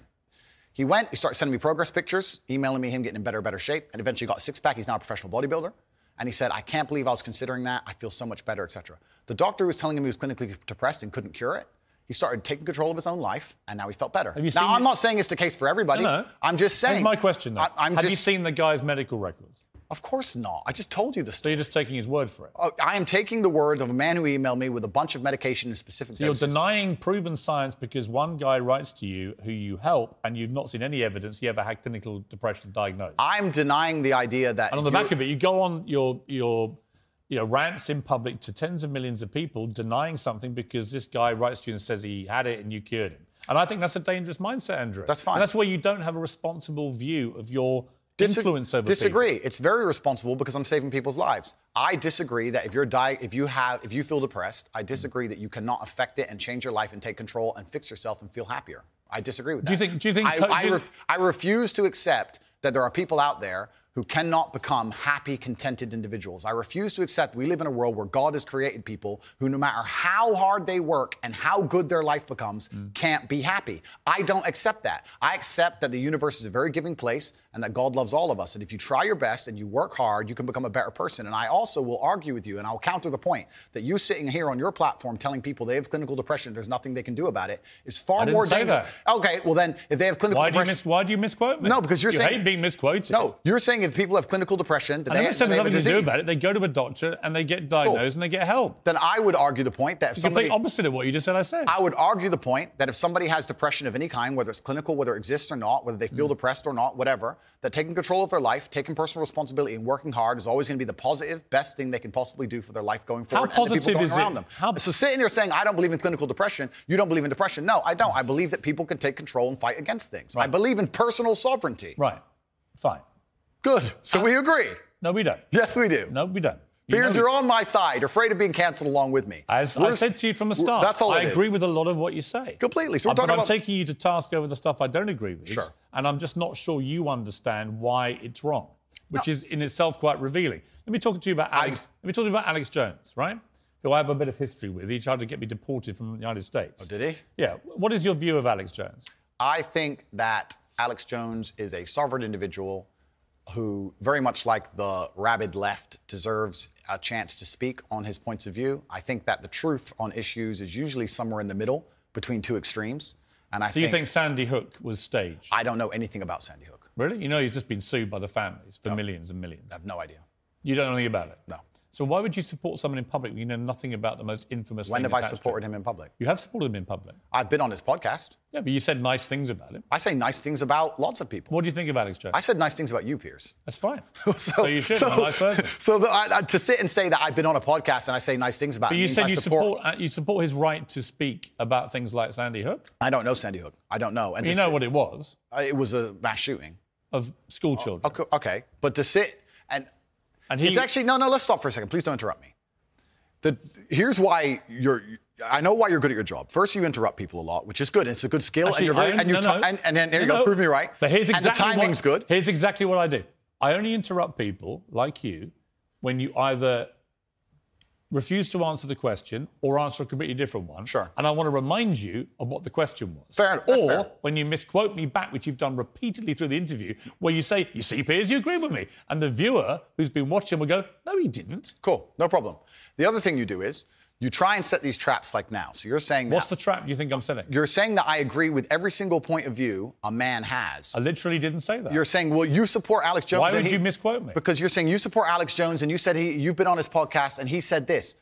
F: He went, he started sending me progress pictures, emailing me him getting in better, better shape, and eventually got six pack. He's now a professional bodybuilder. And he said, I can't believe I was considering that. I feel so much better, etc. The doctor who was telling him he was clinically depressed and couldn't cure it. He started taking control of his own life, and now he felt better.
A: Have you
F: now,
A: seen-
F: I'm not saying it's the case for everybody.
A: no.
F: I'm just saying.
A: Here's my question, though.
F: I, am
A: Have
F: just,
A: you seen the guy's medical records?
F: Of course not. I just told you the
A: So
F: story.
A: you're just taking his word for it.
F: Oh, I am taking the words of a man who emailed me with a bunch of medication and specific
A: You're
F: doses.
A: denying proven science because one guy writes to you who you help and you've not seen any evidence he ever had clinical depression diagnosed.
F: I'm denying the idea that.
A: and on the
F: you're-
A: back of it, you go on your your you know rants in public to tens of millions of people denying something because this guy writes to you and says he had it and you cured him. And I think that's a dangerous mindset, Andrew.
F: That's fine.
A: And that's where you don't have a responsible view of your
F: Dis-
A: influence over people.
F: disagree. It's very responsible because I'm saving people's lives. I disagree that if you're di- if you have if you feel depressed, I disagree that you cannot affect it and change your life and take control and fix yourself and feel happier. I disagree with that.
A: Do you think- do you think
F: I,
A: co-
F: I,
A: do you-
F: ref- I refuse to accept that there are people out there who cannot become happy, contented individuals. I refuse to accept we live in a world where God has created people who, no matter how hard they work and how good their life becomes,
A: Mm.
F: can't be happy. I don't accept that. I accept that the universe is a very giving place and that God loves all of us. And if you try your best and you work hard, you can become a better person. And I also will argue with you and I'll counter the point that you sitting here on your platform telling people they have clinical depression, there's nothing they can do about it, is far
A: didn't
F: more
A: say
F: dangerous.
A: that.
F: Okay, well then, if they have clinical
A: Why do, you
F: depression.
A: mis- why do you misquote me?
F: No, because you're
A: you
F: saying
A: hate being misquoted.
F: No, you're saying saying if people have clinical depression, do
A: And then
F: they, do
A: there's
F: they
A: nothing
F: have a
A: to
F: disease?
A: do about it. They go to a doctor and they get diagnosed and they get help.
F: Then I would argue the point that if
A: It's the
F: somebody,
A: complete opposite of what you just said I said.
F: I would argue the point that if somebody has depression of any kind, whether it's clinical, whether it exists or not, whether they feel
A: Mm.
F: depressed or not, whatever, that taking control of their life, taking personal responsibility, and working hard is always going to be the positive, best thing they can possibly do for their life going
A: How
F: forward. and the
A: positive
F: people going
A: is it?
F: around them.
A: How-
F: So sitting here saying I don't believe in clinical depression, you don't believe in depression. No, I don't. I believe that people can take control and fight against things. I
A: Right.
F: believe in personal sovereignty.
A: right. Fine.
F: Good. So we agree.
A: No, we don't.
F: Yes, we do.
A: No, we don't. You
F: Beers,
A: know
F: you're
A: we-
F: on my side. Afraid of being canceled along with me.
A: As I
F: We're-
A: said to you from the
F: we're-
A: start,
F: That's all
A: I
F: it is.
A: agree with a lot of what you say.
F: Completely. So we're
A: Uh, but
F: talking
A: I'm
F: about-
A: taking you to task over the stuff I don't agree with.
F: Sure.
A: And I'm just not sure you understand why it's wrong, which is in itself quite revealing. Let me talk to you about Alex. let me talk to you about Alex Jones, right? Who I have a bit of history with. He tried to get me deported from the United States. Oh,
F: did he?
A: Yeah. What is your view of Alex Jones?
F: I think that Alex Jones is a sovereign individual who, very much like the rabid left, deserves a chance to speak on his points of view. I think that the truth on issues is usually somewhere in the middle between two extremes. And I
A: So you think Sandy Hook was staged?
F: I don't know anything about Sandy Hook.
A: Really? You know he's just been sued by the families for millions and millions.
F: I have no idea.
A: You don't know anything about it?
F: No.
A: So why would you support someone in public when you know nothing about the most infamous
F: When
A: thing
F: have I
A: attached to
F: supported him in public?
A: You have supported him in public.
F: I've been on his podcast.
A: Yeah, but you said nice things about him.
F: I say nice things about lots of people.
A: What do you think of Alex Jones?
F: I said nice things about you, Piers.
A: That's fine. so, you should. I'm a nice person.
F: So the, I, I- to sit and say that I've been on a podcast and I say nice things about
A: But
F: him
A: you
F: means
A: said
F: I
A: you support, uh, you support his right to speak about things like Sandy Hook.
F: I don't know Sandy Hook. I don't know. And
A: You
F: to
A: know
F: sit-
A: what it was
F: Uh, It was a mass shooting.
A: of school children.
F: Oh, Okay, okay. but to sit and
A: And he
F: it's actually no, no. Let's stop for a second. Please don't interrupt me. The, here's why you're. I know why you're good at your job. First, you interrupt people a lot, which is good. It's a good skill,
A: Actually,
F: Oh, and you're
A: I-
F: very, and, you're
A: no,
F: ti-
A: no.
F: and, and then there you
A: No,
F: go.
A: no.
F: Prove me right.
A: But here's exactly
F: and the timing's
A: what,
F: good.
A: Here's exactly what I do. I only interrupt people like you when you either refuse to answer the question or answer a completely different one.
F: Sure.
A: And I want to remind you of what the question was.
F: Fair enough. That's
A: Or
F: fair.
A: when you misquote me back, which you've done repeatedly through the interview, where you say, "You see, Piers, you agree with me," and the viewer who's been watching will go, "No, he didn't."
F: Cool, no problem. The other thing you do is you try and set these traps like now. So you're saying
A: What's
F: now,
A: the trap you think I'm setting?
F: you're saying that I agree with every single point of view a man has.
A: I literally didn't say that.
F: You're saying, well, you support Alex Jones.
A: Why
F: and
A: would
F: he-
A: you misquote me?
F: Because you're saying you support Alex Jones, and you said he, you've been on his podcast, and he said this.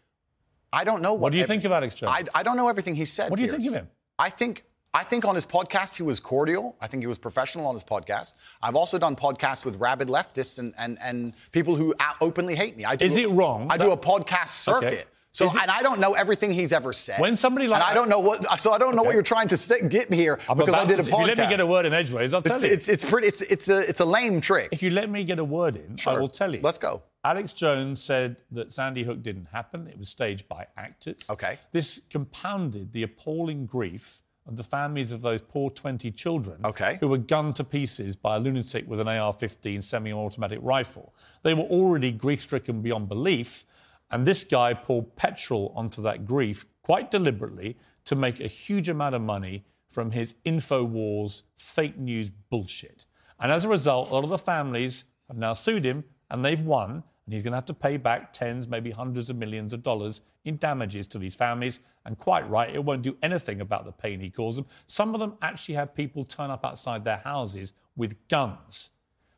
F: I don't know what.
A: do you think of Alex Jones?
F: I, I don't know everything he said.
A: What do you
F: Piers.
A: think of him?
F: I think. I think on his podcast he was cordial. I think he was professional on his podcast. I've also done podcasts with rabid leftists and and, and people who out- openly hate me. I do
A: Is it wrong
F: I do a
A: that-
F: podcast circuit.
A: Okay.
F: So
A: Is it-
F: and I don't know everything he's ever said.
A: When somebody like-
F: and I don't know what so I don't know what
A: Okay.
F: you're trying to say, get me here because I
A: about
F: did
A: to- if
F: a podcast.
A: you let me get a word in edgeways, I'll tell
F: it's,
A: you.
F: it's it's pretty it's it's a it's a lame trick.
A: If you let me get a word in, I
F: Sure.
A: will tell you.
F: Let's go.
A: Alex Jones said that Sandy Hook didn't happen. It was staged by actors.
F: Okay.
A: This compounded the appalling grief of the families of those poor 20 children
F: Okay.
A: who were gunned to pieces by a lunatic with an AR 15 semi automatic rifle. They were already grief stricken beyond belief, and this guy poured petrol onto that grief quite deliberately to make a huge amount of money from his InfoWars fake news bullshit. And as a result, a lot of the families have now sued him and they've won. And he's going to have to pay back tens, maybe hundreds of millions of dollars in damages to these families. And quite right, it won't do anything about the pain he caused them. Some of them actually had people turn up outside their houses with guns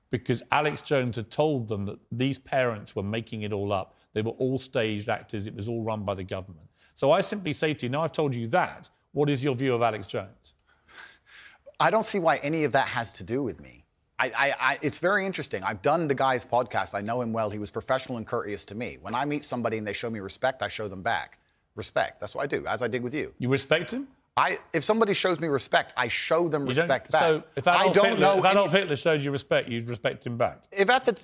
A: because Alex Jones had told them that these parents were making it all up. They were all staged actors, it was all run by the government. So I simply say to you, now I've told you that, what is your view of Alex Jones?
F: I don't see why any of that has to do with me. I, I, I, it's very interesting. I've done the guy's podcast. I know him well. He was professional and courteous to me. When I meet somebody and they show me respect, I show them back. Respect. That's what I do, as I did with you.
A: You respect him?
F: I, if somebody shows me respect, I show them
A: You don't-
F: respect back.
A: So if
F: I
A: Adolf,
F: don't
A: Hitler,
F: know.
A: if
F: any-
A: Adolf Hitler showed you respect, you'd respect him back.
F: if at the,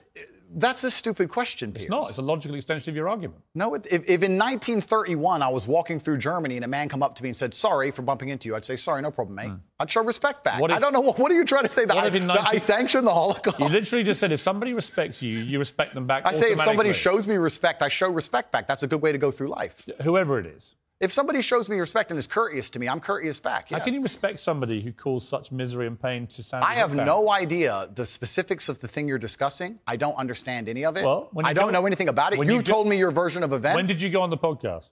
F: that's a stupid question. Piers.
A: It's not. It's a logical extension of your argument.
F: No, it, if, if in 1931 I was walking through Germany and a man come up to me and said, sorry for bumping into you, I'd say, sorry, no problem, mate. I'd show respect back.
A: Hmm. What if-
F: I don't know. What, what are you trying to say? That,
A: What
F: I,
A: if in
F: that
A: 19
F: I sanctioned the Holocaust?
A: You literally just said if somebody respects you, you respect them back.
F: I say if somebody
A: automatically.
F: shows me respect, I show respect back. That's a good way to go through life.
A: whoever it is,
F: If somebody shows me respect and is courteous to me, I'm courteous back.
A: how
F: yes.
A: can you respect somebody who caused such misery and pain to Sandy?
F: I have
A: Hook
F: no
A: family?
F: idea the specifics of the thing you're discussing. I don't understand any of it.
A: Well, when you
F: I don't
A: go-
F: know anything about it.
A: when
F: You've
A: you go-
F: told me your version of events.
A: When did you go on the podcast?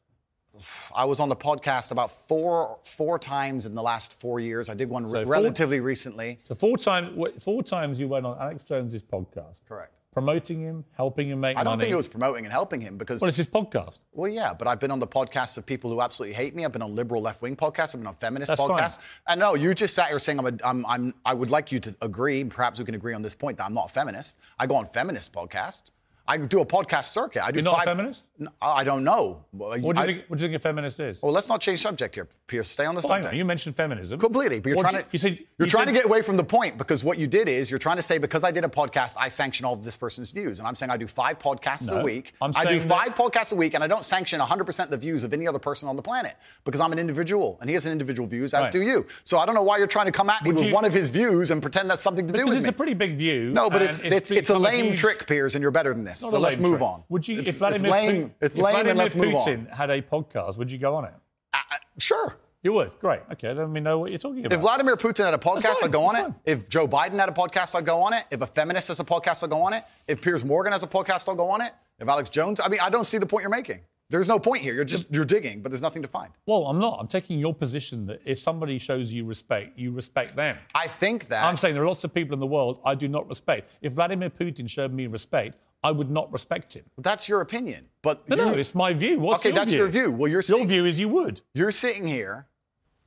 F: I was on the podcast about four four times in the last four years. I did one
A: So
F: re-
A: four-
F: relatively recently.
A: So four times, four times you went on Alex Jones's podcast.
F: Correct.
A: Promoting him, helping him make
F: I don't
A: money.
F: think it was promoting and helping him because
A: Well, it's his podcast.
F: Well, yeah, but I've been on the podcasts of people who absolutely hate me. I've been on liberal left wing podcasts. I've been on feminist
A: That's fine.
F: podcasts. And no, you just sat here saying I'm, a, I'm, I'm. I would like you to agree. Perhaps we can agree on this point that I'm not a feminist. I go on feminist podcasts. I do a podcast circuit. I do
A: You're not a
F: five-
A: feminist?
F: N- I don't know. What
A: What do you think? What do you think a feminist is?
F: Well, let's not change subject here, Pierce. Stay on the
A: Well, hang
F: subject.
A: on, you mentioned feminism
F: Completely, but you're
A: What
F: trying
A: do you-
F: to
A: you said-
F: you're
A: you
F: trying
A: said-
F: to get away from the point because what you did is you're trying to say because I did a podcast I sanction all of this person's views and I'm saying I do five podcasts
A: No,
F: a week.
A: I'm
F: I do
A: saying
F: five
A: that-
F: podcasts a week and I don't sanction 100% the views of any other person on the planet because I'm an individual and he has an individual views as
A: Right.
F: do you. So I don't know why you're trying to come at me
A: Would
F: with
A: you-
F: one of his views and pretend that's something to do
A: Because
F: with
A: it's
F: me.
A: a pretty big view.
F: no, but
A: and
F: it's it's, it's a
A: become
F: lame
A: huge-
F: trick, Piers, and you're better than this.
A: not
F: so
A: a
F: let's
A: lame
F: move
A: trick.
F: on.
A: Would you?
F: It's,
A: if Vladimir
F: it's lame.
A: Putin,
F: It's
A: if
F: lame, and
A: Vladimir
F: let's move
A: Putin
F: on.
A: had a podcast, would you go on it?
F: I- I- sure.
A: You would. Great. Okay, then we know what you're talking about.
F: If Vladimir Putin had a podcast,
A: fine,
F: I'd go on
A: that's
F: it.
A: fine.
F: If Joe Biden had a podcast, I'd go on it. If a feminist has a podcast, I'll go on it. If Piers Morgan has a podcast, I'll go on it. If Alex Jones, I mean, I don't see the point you're making. There's no point here. You're just you're digging, but there's nothing to find.
A: well, I'm not. I'm taking your position that if somebody shows you respect, you respect them.
F: I think that
A: I'm saying there are lots of people in the world I do not respect. If Vladimir Putin showed me respect, I would not respect him.
F: that's your opinion, but
A: No,
F: you-
A: no, it's my view. What's
F: okay.
A: your
F: that's
A: view?
F: your view. Well, you're
A: Your
F: seeing-
A: view is you would.
F: You're sitting here,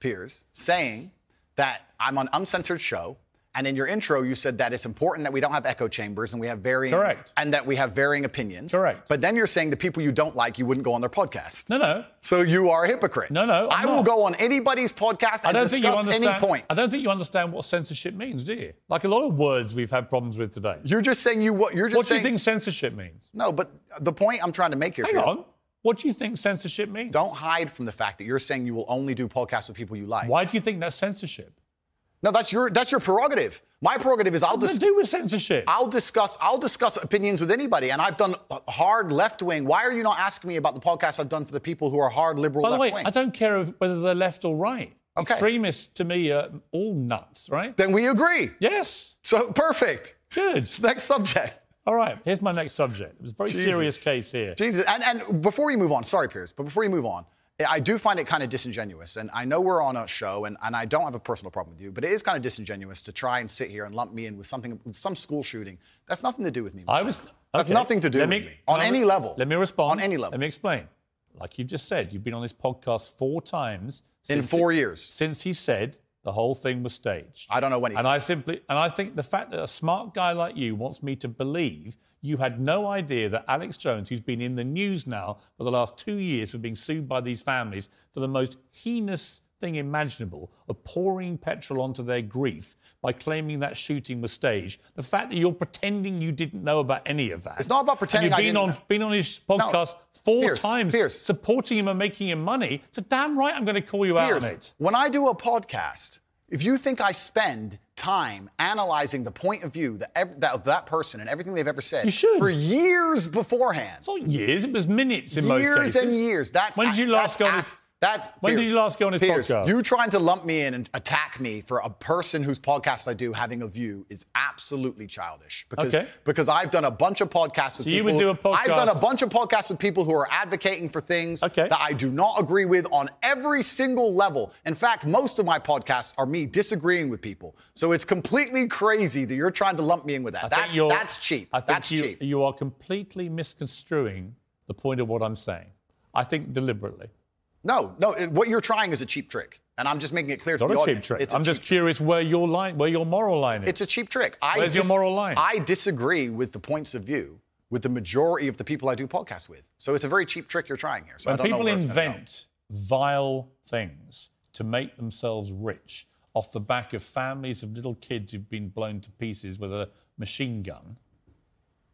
F: Piers, saying that I'm on uncensored show, and in your intro you said that it's important that we don't have echo chambers and we have varying
A: Correct.
F: and that we have varying opinions.
A: Correct.
F: But then you're saying the people you don't like you wouldn't go on their podcast.
A: No, no.
F: So you are a hypocrite.
A: No, no,
F: I
A: I'm
F: will
A: not.
F: go on anybody's podcast
A: I
F: and
A: don't think you
F: discuss
A: understand.
F: any point.
A: I don't think you understand what censorship means, do you? Like a lot of words we've had problems with today.
F: You're just saying you what you're just
A: what do
F: saying.
A: you think censorship means?
F: No, but the point I'm trying to make here.
A: Hang
F: Piers,
A: on. What do you think censorship means?
F: Don't hide from the fact that you're saying you will only do podcasts with people you like.
A: Why do you think that's censorship?
F: No, that's your that's your prerogative. My prerogative is I'll
A: What does
F: just
A: it do with censorship?
F: I'll discuss I'll discuss opinions with anybody, and I've done hard left wing. Why are you not asking me about the podcast I've done for the people who are hard liberal
A: By the
F: left
A: way,
F: wing?
A: I don't care if, whether they're left or right.
F: Okay.
A: Extremists to me are all nuts, right?
F: Then we agree.
A: yes.
F: So perfect.
A: Good.
F: Next subject.
A: All right. Here's my next subject. It was a very serious case here.
F: Jesus. And and before we move on, sorry, Piers, but before we move on, I do find it kind of disingenuous. And I know we're on a show, and, and I don't have a personal problem with you, but it is kind of disingenuous to try and sit here and lump me in with something with some school shooting. That's nothing to do with me. my
A: I
F: friend.
A: was.
F: That's
A: okay.
F: nothing to do
A: Let
F: with
A: me-
F: me. On
A: can I
F: any
A: re-
F: level.
A: Let me respond.
F: On any level.
A: Let me explain. Like you've just said, you've been on this podcast four times
F: in
A: since-
F: four years.
A: since he said the whole thing was staged.
F: I don't know when he
A: and
F: said
A: I simply and I think the fact that a smart guy like you wants me to believe you had no idea that Alex Jones, who's been in the news now for the last two years for being sued by these families for the most heinous thing imaginable of pouring petrol onto their grief by claiming that shooting was staged. The fact that you're pretending you didn't know about any of that.
F: It's not about
A: and
F: pretending
A: You've
F: I
A: been
F: didn't
A: on
F: know.
A: been on his podcast four
F: Pierce,
A: times,
F: Pierce.
A: supporting him and making him money. So damn right I'm going to call you out on
F: Piers,
A: it.
F: When I do a podcast, if you think I spend time analyzing the point of view that, ev- that of that person and everything they've ever said
A: You should.
F: for years beforehand,
A: It's not years, it was minutes in most
F: years
A: cases.
F: and years. That's
A: when did you
F: that's
A: last go on
F: ass-
A: his?
F: That's
A: When did
F: Piers,
A: you last go on his
F: Piers,
A: podcast?
F: You trying to lump me in and attack me for a person whose podcast I do having a view is absolutely childish. Because
A: Okay.
F: because I've done a bunch of podcasts with
A: you
F: people.
A: would do a
F: I've done a
A: podcast-
F: bunch of podcasts with people who are advocating for things
A: Okay.
F: that I do not agree with on every single level. In fact, most of my podcasts are me disagreeing with people. So it's completely crazy that you're trying to lump me in with that.
A: I think
F: that's
A: you're-
F: that's cheap.
A: I think
F: that's
A: you,
F: cheap.
A: You are completely misconstruing the point of what I'm saying. I think deliberately.
F: No, no. it- what you're trying is a cheap trick, and I'm just making it clear
A: It's
F: to
A: not
F: the
A: a cheap
F: audience.
A: trick.
F: It's a
A: I'm just
F: cheap
A: curious where your line, where your moral line is.
F: It's a cheap trick. I
A: Where's your moral line?
F: I disagree with the points of view with the majority of the people I do podcasts with. So it's a very cheap trick you're trying here. So I
A: when
F: don't know
A: people
F: where it's gonna go.
A: invent vile things to make themselves rich off the back of families of little kids who've been blown to pieces with a machine gun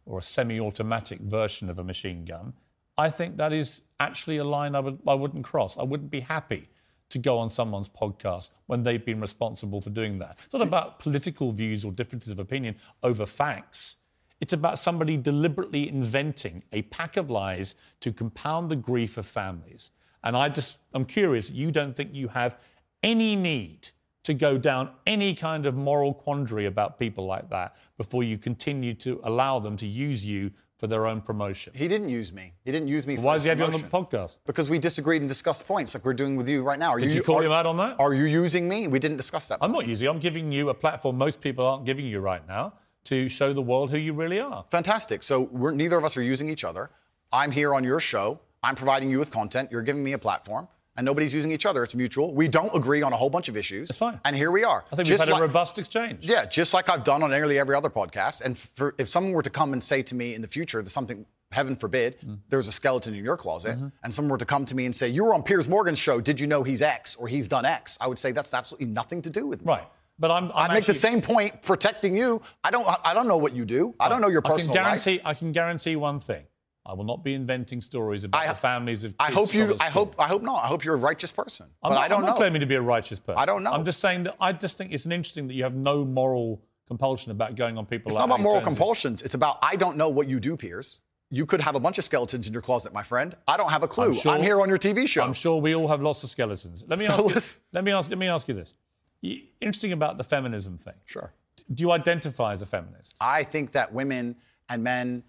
A: or a semi-automatic version of a machine gun, I think that is actually a line I would I wouldn't cross. I wouldn't be happy to go on someone's podcast when they've been responsible for doing that. It's not about political views or differences of opinion over facts. It's about somebody deliberately inventing a pack of lies to compound the grief of families. And I just I'm curious, you don't think you have any need to go down any kind of moral quandary about people like that before you continue to allow them to use you for their own promotion.
F: He didn't use me. He didn't use me. For
A: Why
F: his
A: does he have you on the
F: promotion.
A: podcast?
F: Because we disagreed and discussed points like we're doing with you right now. Are
A: Did you call
F: are-
A: him out on that?
F: Are you using me? We didn't discuss that.
A: I'm not using. I'm giving you a platform most people aren't giving you right now to show the world who you really are.
F: Fantastic. So we're, neither of us are using each other. I'm here on your show. I'm providing you with content. You're giving me a platform, and nobody's using each other. It's mutual. We don't agree on a whole bunch of issues.
A: That's fine.
F: And here we are.
A: I think
F: Just
A: we've had
F: like-
A: a robust exchange.
F: Yeah, just like I've done on nearly every other podcast. And for, if someone were to come and say to me in the future that something, heaven forbid,
A: Mm-hmm.
F: there was a skeleton in your closet, and someone were to come to me and say, You were on Piers Morgan's show, did you know he's X or he's done X? I would say that's absolutely nothing to do with me.
A: Right. But I'm.
F: I
A: I'm
F: make the
A: actually-
F: same point protecting you. I don't. I don't know what you do. I don't know your personal
A: I can
F: life.
A: guarantee. I can guarantee one thing. I will not be inventing stories about
F: I-
A: the families of.
F: I
A: kids
F: hope
A: shot
F: you.
A: at
F: I
A: school.
F: hope. I hope not. I hope you're a righteous person.
A: I'm
F: but
A: not,
F: I don't
A: am
F: know.
A: not claiming to be a righteous person.
F: I don't know.
A: I'm just saying that I just think it's an interesting that you have no moral compulsion about going on people.
F: It's
A: like
F: not about
A: Hank
F: moral
A: Jones.
F: compulsions. It's about I don't know what you do, Piers. You could have a bunch of skeletons in your closet, my friend. I don't have a clue. I'm,
A: sure-
F: here on your TV show.
A: I'm sure we all have lots of skeletons. Let me
F: So
A: ask.
F: let's-
A: You, let me ask. Let me ask you this. You- Interesting about the feminism thing.
F: Sure.
A: Do you identify as a feminist?
F: I think that women and men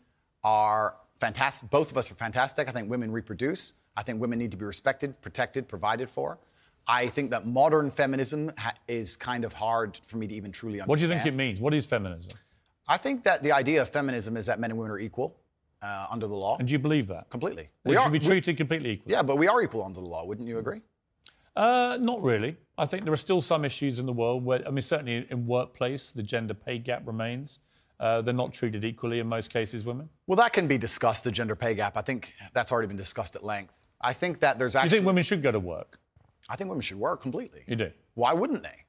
F: are fantastic. Both of us are fantastic. I think women reproduce. I think women need to be respected, protected, provided for. I think that modern feminism ha- is kind of hard for me to even truly understand.
A: What do you think it means? What is feminism?
F: I think that the idea of feminism is that men and women are equal uh, under the law.
A: And do you believe that?
F: completely.
A: They should be treated completely equally.
F: yeah, but we are equal under the law. Wouldn't you agree?
A: Uh, not really. I think there are still some issues in the world where, I mean, certainly in workplace, the gender pay gap remains. Uh, they're not treated equally in most cases, women.
F: Well, that can be discussed, the gender pay gap. I think that's already been discussed at length. I think that there's
A: You
F: actually.
A: think women should go to work?
F: I think women should work completely.
A: You do.
F: Why wouldn't they?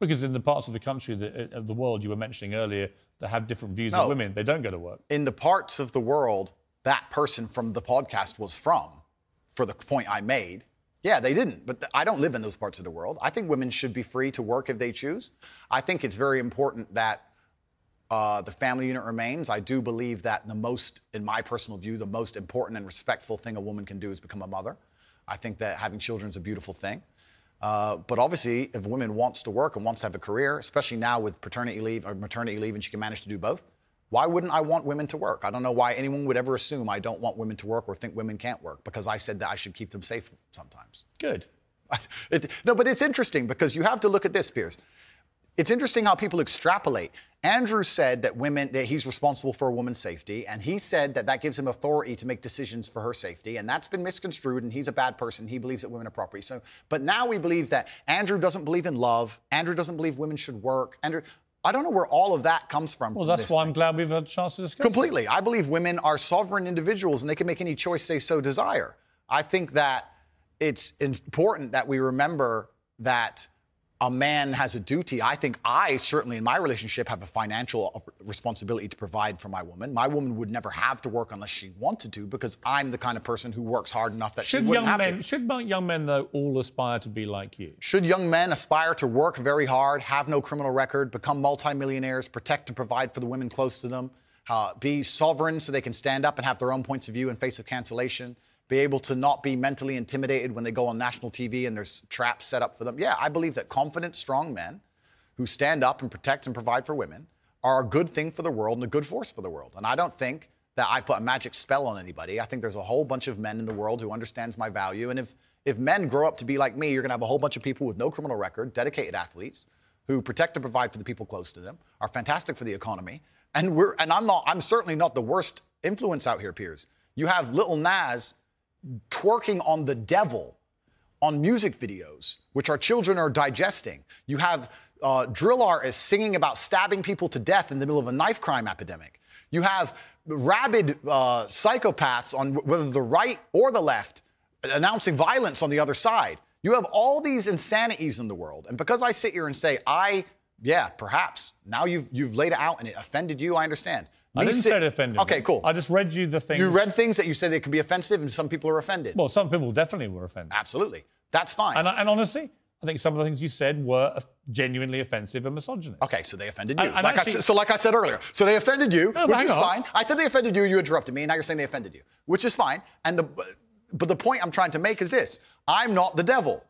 A: Because in the parts of the country, that, uh, of the world you were mentioning earlier that have different views
F: No.
A: of women, they don't go to work.
F: in the parts of the world that person from the podcast was from, for the point I made, yeah, they didn't. But th- I don't live in those parts of the world. I think women should be free to work if they choose. I think it's very important that uh, the family unit remains. I do believe that the most, in my personal view, the most important and respectful thing a woman can do is become a mother. I think that having children is a beautiful thing. Uh, but obviously, if a woman wants to work and wants to have a career, especially now with paternity leave or maternity leave, and she can manage to do both, why wouldn't I want women to work? I don't know why anyone would ever assume I don't want women to work or think women can't work because I said that I should keep them safe sometimes.
A: Good.
F: It- no, but it's interesting because you have to look at this, Piers. It's interesting how people extrapolate. Andrew said that women that he's responsible for a woman's safety, and he said that that gives him authority to make decisions for her safety, and that's been misconstrued. And he's a bad person. He believes that women are property. So, but now we believe that Andrew doesn't believe in love. Andrew doesn't believe women should work. Andrew, I don't know where all of that comes from.
A: Well, that's why I'm glad we've had a chance to discuss it.
F: Completely. I believe women are sovereign individuals and they can make any choice they so desire. I think that it's important that we remember that a man has a duty. I think I certainly in my relationship have a financial op- responsibility to provide for my woman. My woman would never have to work unless she wanted to because I'm the kind of person who works hard enough that
A: Should
F: she
A: young
F: wouldn't have
A: men,
F: to.
A: should young men though all aspire to be like you?
F: Should young men aspire to work very hard, have no criminal record, become multimillionaires, protect and provide for the women close to them, uh, be sovereign so they can stand up and have their own points of view in face of cancellation, be able to not be mentally intimidated when they go on national TV and there's traps set up for them? Yeah, I believe that confident, strong men who stand up and protect and provide for women are a good thing for the world and a good force for the world. And I don't think that I put a magic spell on anybody. I think there's a whole bunch of men in the world who understands my value. And if if men grow up to be like me, you're gonna have a whole bunch of people with no criminal record, dedicated athletes who protect and provide for the people close to them, are fantastic for the economy. And we're and I'm not I'm certainly not the worst influence out here, Piers. You have little Nas twerking on the devil on music videos, which our children are digesting. You have uh, drill artists singing about stabbing people to death in the middle of a knife crime epidemic. You have rabid uh, psychopaths on wh- whether the right or the left announcing violence on the other side. You have all these insanities in the world. And because I sit here and say, I, yeah, perhaps, now you've, you've laid it out and it offended you, I understand.
A: I
F: Me
A: didn't
F: sit-
A: say it offended.
F: Okay,
A: me.
F: cool.
A: I just read you the things.
F: you read things that you said that can be offensive and some people are offended.
A: Well, some people definitely were offended.
F: Absolutely. That's fine.
A: And, I- and honestly, I think some of the things you said were uh, genuinely offensive and misogynist.
F: Okay, so they offended you.
A: And- and
F: like
A: actually-
F: I, said- so, like I said earlier, so they offended you,
A: No, but
F: which
A: hang
F: is
A: on.
F: fine. I said they offended you. You interrupted me, and now you're saying they offended you, which is fine. And the but the point I'm trying to make is this: I'm not the devil.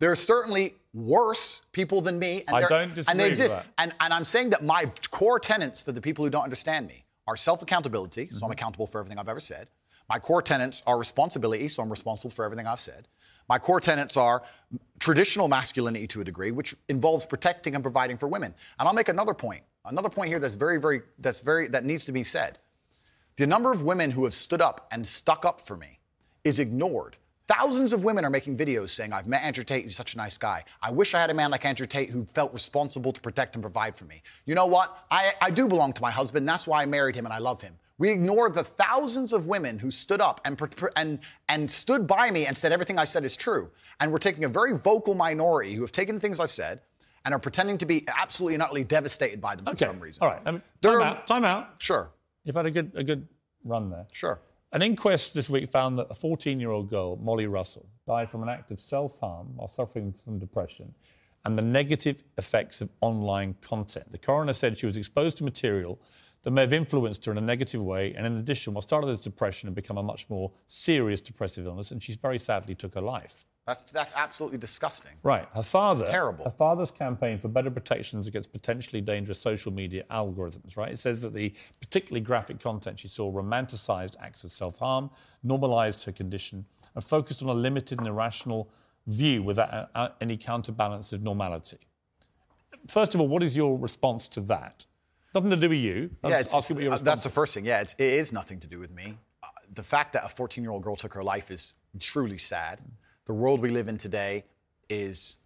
F: There are certainly worse people than me, and
A: I
F: they're-
A: don't disagree
F: and they
A: with
F: exist.
A: that.
F: And and I'm saying that my core tenets for the people who don't understand me are self accountability,
A: Mm-hmm.
F: so I'm accountable for everything I've ever said. My core tenets are responsibility, so I'm responsible for everything I've said. My core tenets are traditional masculinity to a degree, which involves protecting and providing for women. And I'll make another point, another point here that's very, very, that's very, that needs to be said. The number of women who have stood up and stuck up for me is ignored. Thousands of women are making videos saying, I've met Andrew Tate, he's such a nice guy. I wish I had a man like Andrew Tate who felt responsible to protect and provide for me. You know what? I, I do belong to my husband, that's why I married him and I love him. We ignore the thousands of women who stood up and, pr- and, and stood by me and said everything I said is true. And we're taking a very vocal minority who have taken things I've said and are pretending to be absolutely and utterly devastated by them for
A: Okay.
F: some reason.
A: All right. I mean,
F: There
A: time
F: are-
A: out. Time out.
F: Sure,
A: You've had a good a good run there.
F: sure.
A: An inquest this week found that a 14-year-old girl, Molly Russell, died from an act of self-harm while suffering from depression and the negative effects of online content. The coroner said she was exposed to material that may have influenced her in a negative way, and in addition, what started as depression had become a much more serious depressive illness, and she very sadly took her life.
F: That's, that's absolutely disgusting.
A: Right. Her father.
F: It's terrible.
A: Her father's campaign for better protections against potentially dangerous social media algorithms, right? It says that the particularly graphic content she saw romanticized acts of self harm, normalized her condition, and focused on a limited and irrational view without a- a- any counterbalance of normality. First of all, what is your response to that? Nothing to do with you. I'm
F: yeah,
A: just
F: it's,
A: asking what your
F: uh,
A: response
F: that's the first thing. Yeah, it's, it is nothing to do with me. Uh, the fact that a 14 year old girl took her life is truly sad. The world we live in today is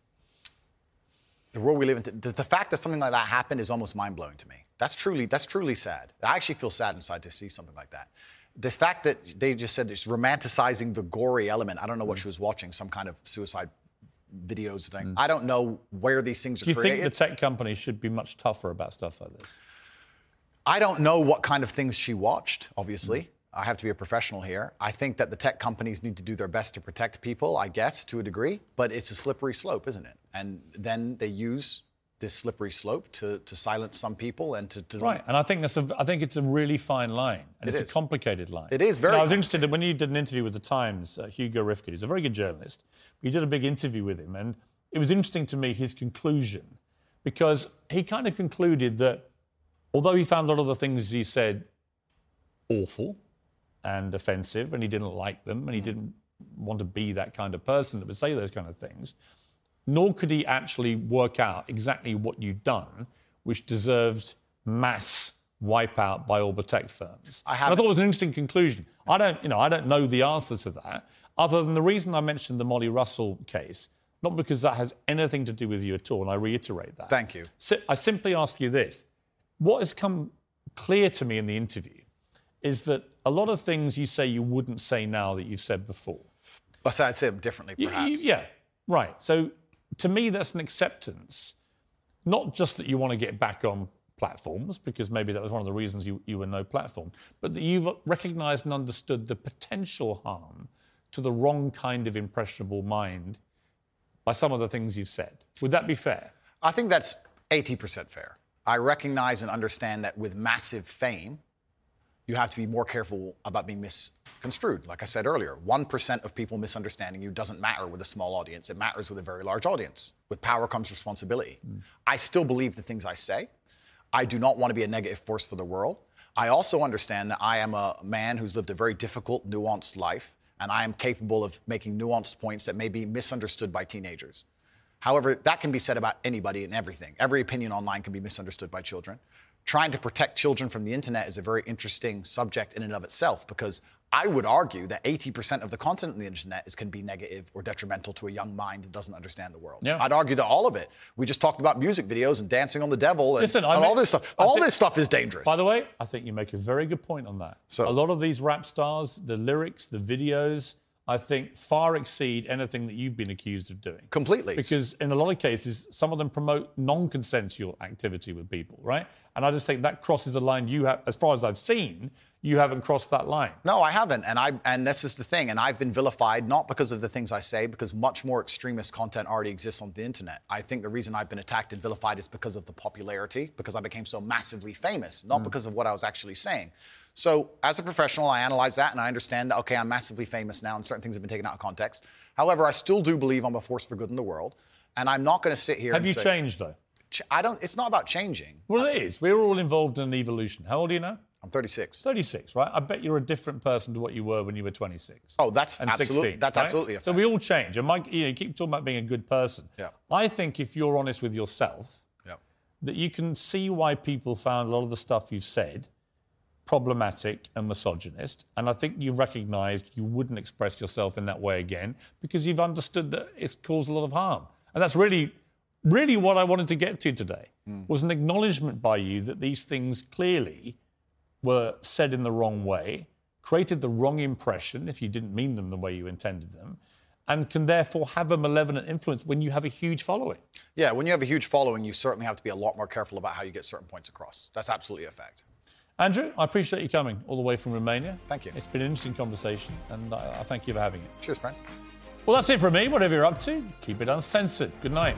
F: the world we live in. t- The, the fact that something like that happened is almost mind blowing to me. That's truly that's truly sad. I actually feel sad inside to see something like that. This fact that they just said it's romanticizing the gory element. I don't know what
A: Mm.
F: she was watching. Some kind of suicide videos thing. I don't know where these things are
A: Do you
F: created.
A: think the tech companies should be much tougher about stuff like this?
F: I don't know what kind of things she watched, obviously. I have to be a professional here. I think that the tech companies need to do their best to protect people, I guess, to a degree, but it's a slippery slope, isn't it? And then they use this slippery slope to, to silence some people and to, to
A: Right, and I think that's a, I think it's a really fine line, and
F: It
A: it's
F: is.
A: a complicated line.
F: It is very
A: You know, I was interested in- when you did an interview with the Times, uh, Hugo Rifkin. He's a very good journalist. We did a big interview with him, and it was interesting to me his conclusion, because he kind of concluded that although he found a lot of the things he said awful and offensive, and he didn't like them,
F: Hmm.
A: and he didn't want to be that kind of person that would say those kind of things, nor could he actually work out exactly what you'd done, which deserves mass wipeout by all the tech firms.
F: I
A: And
F: haven't-
A: thought it was an interesting conclusion. I don't, you know, I don't know the answer to that, other than the reason I mentioned the Molly Russell case, not because that has anything to do with you at all, and I reiterate that.
F: Thank you.
A: Si- I simply ask you this: What has come clear to me in the interview is that a lot of things you say you wouldn't say now that you've said before.
F: Well, so I'd say them differently,
A: Y-
F: perhaps.
A: y- yeah, right. So to me, that's an acceptance, not just that you want to get back on platforms, because maybe that was one of the reasons you, you were no platform, but that you've recognized and understood the potential harm to the wrong kind of impressionable mind by some of the things you've said. Would that be fair?
F: I think that's 80% fair. I recognize and understand that with massive fame, you have to be more careful about being misconstrued. Like I said earlier, 1% of people misunderstanding you doesn't matter with a small audience, it matters with a very large audience. With power comes responsibility. I still believe the things I say. I do not want to be a negative force for the world. I also understand that I am a man who's lived a very difficult, nuanced life, and I am capable of making nuanced points that may be misunderstood by teenagers. However, that can be said about anybody and everything. Every opinion online can be misunderstood by children. Trying to protect children from the internet is a very interesting subject in and of itself because I would argue that 80% of the content on the internet is can be negative or detrimental to a young mind that doesn't understand the world.
A: Yeah.
F: I'd argue that all of it. We just talked about music videos and dancing on the devil and,
A: Listen, I
F: and all
A: mean-
F: this stuff.
A: I
F: All
A: think-
F: this stuff is dangerous.
A: By the way, I think you make a very good point on that.
F: So-
A: a lot of these rap stars, the lyrics, the videos, I think far exceed anything that you've been accused of doing.
F: Completely.
A: Because in a lot of cases, some of them promote non-consensual activity with people, right? And I just think that crosses a line you have, as far as I've seen, you haven't crossed that line.
F: No, I haven't, and I and this is the thing, and I've been vilified not because of the things I say, because much more extremist content already exists on the internet. I think the reason I've been attacked and vilified is because of the popularity, because I became so massively famous,
A: Mm.
F: not because of what I was actually saying. So, as a professional, I analyze that and I understand that okay, I'm massively famous now, and certain things have been taken out of context. However, I still do believe I'm a force for good in the world, and I'm not going to sit here.
A: Have
F: and
A: you
F: say,
A: changed though?
F: Ch- I don't. It's not about changing.
A: Well, it is. We're all involved in an evolution. How old are you now?
F: I'm I'm 36.
A: 36, right? I bet you're a different person to what you were when you were 26.
F: Oh, that's
A: and
F: absolute-
A: 16,
F: that's
A: right?
F: absolutely a
A: So we all change. And Mike, you, know, you keep talking about being a good person.
F: Yeah.
A: I think if you're honest with yourself,
F: Yep.
A: that you can see why people found a lot of the stuff you've said problematic and misogynist. And I think you recognized you wouldn't express yourself in that way again because you've understood that it's caused a lot of harm. And that's really, really what I wanted to get to today was an acknowledgement by you that these things clearly were said in the wrong way, created the wrong impression if you didn't mean them the way you intended them, and can therefore have a malevolent influence when you have a huge following.
F: Yeah, when you have a huge following, you certainly have to be a lot more careful about how you get certain points across. That's absolutely a fact.
A: Andrew, I appreciate you coming all the way from Romania.
F: Thank you.
A: It's been an interesting conversation, and I, I thank you for having it.
F: Cheers, friend.
A: Well, that's it from me. Whatever you're up to, keep it uncensored. Good night.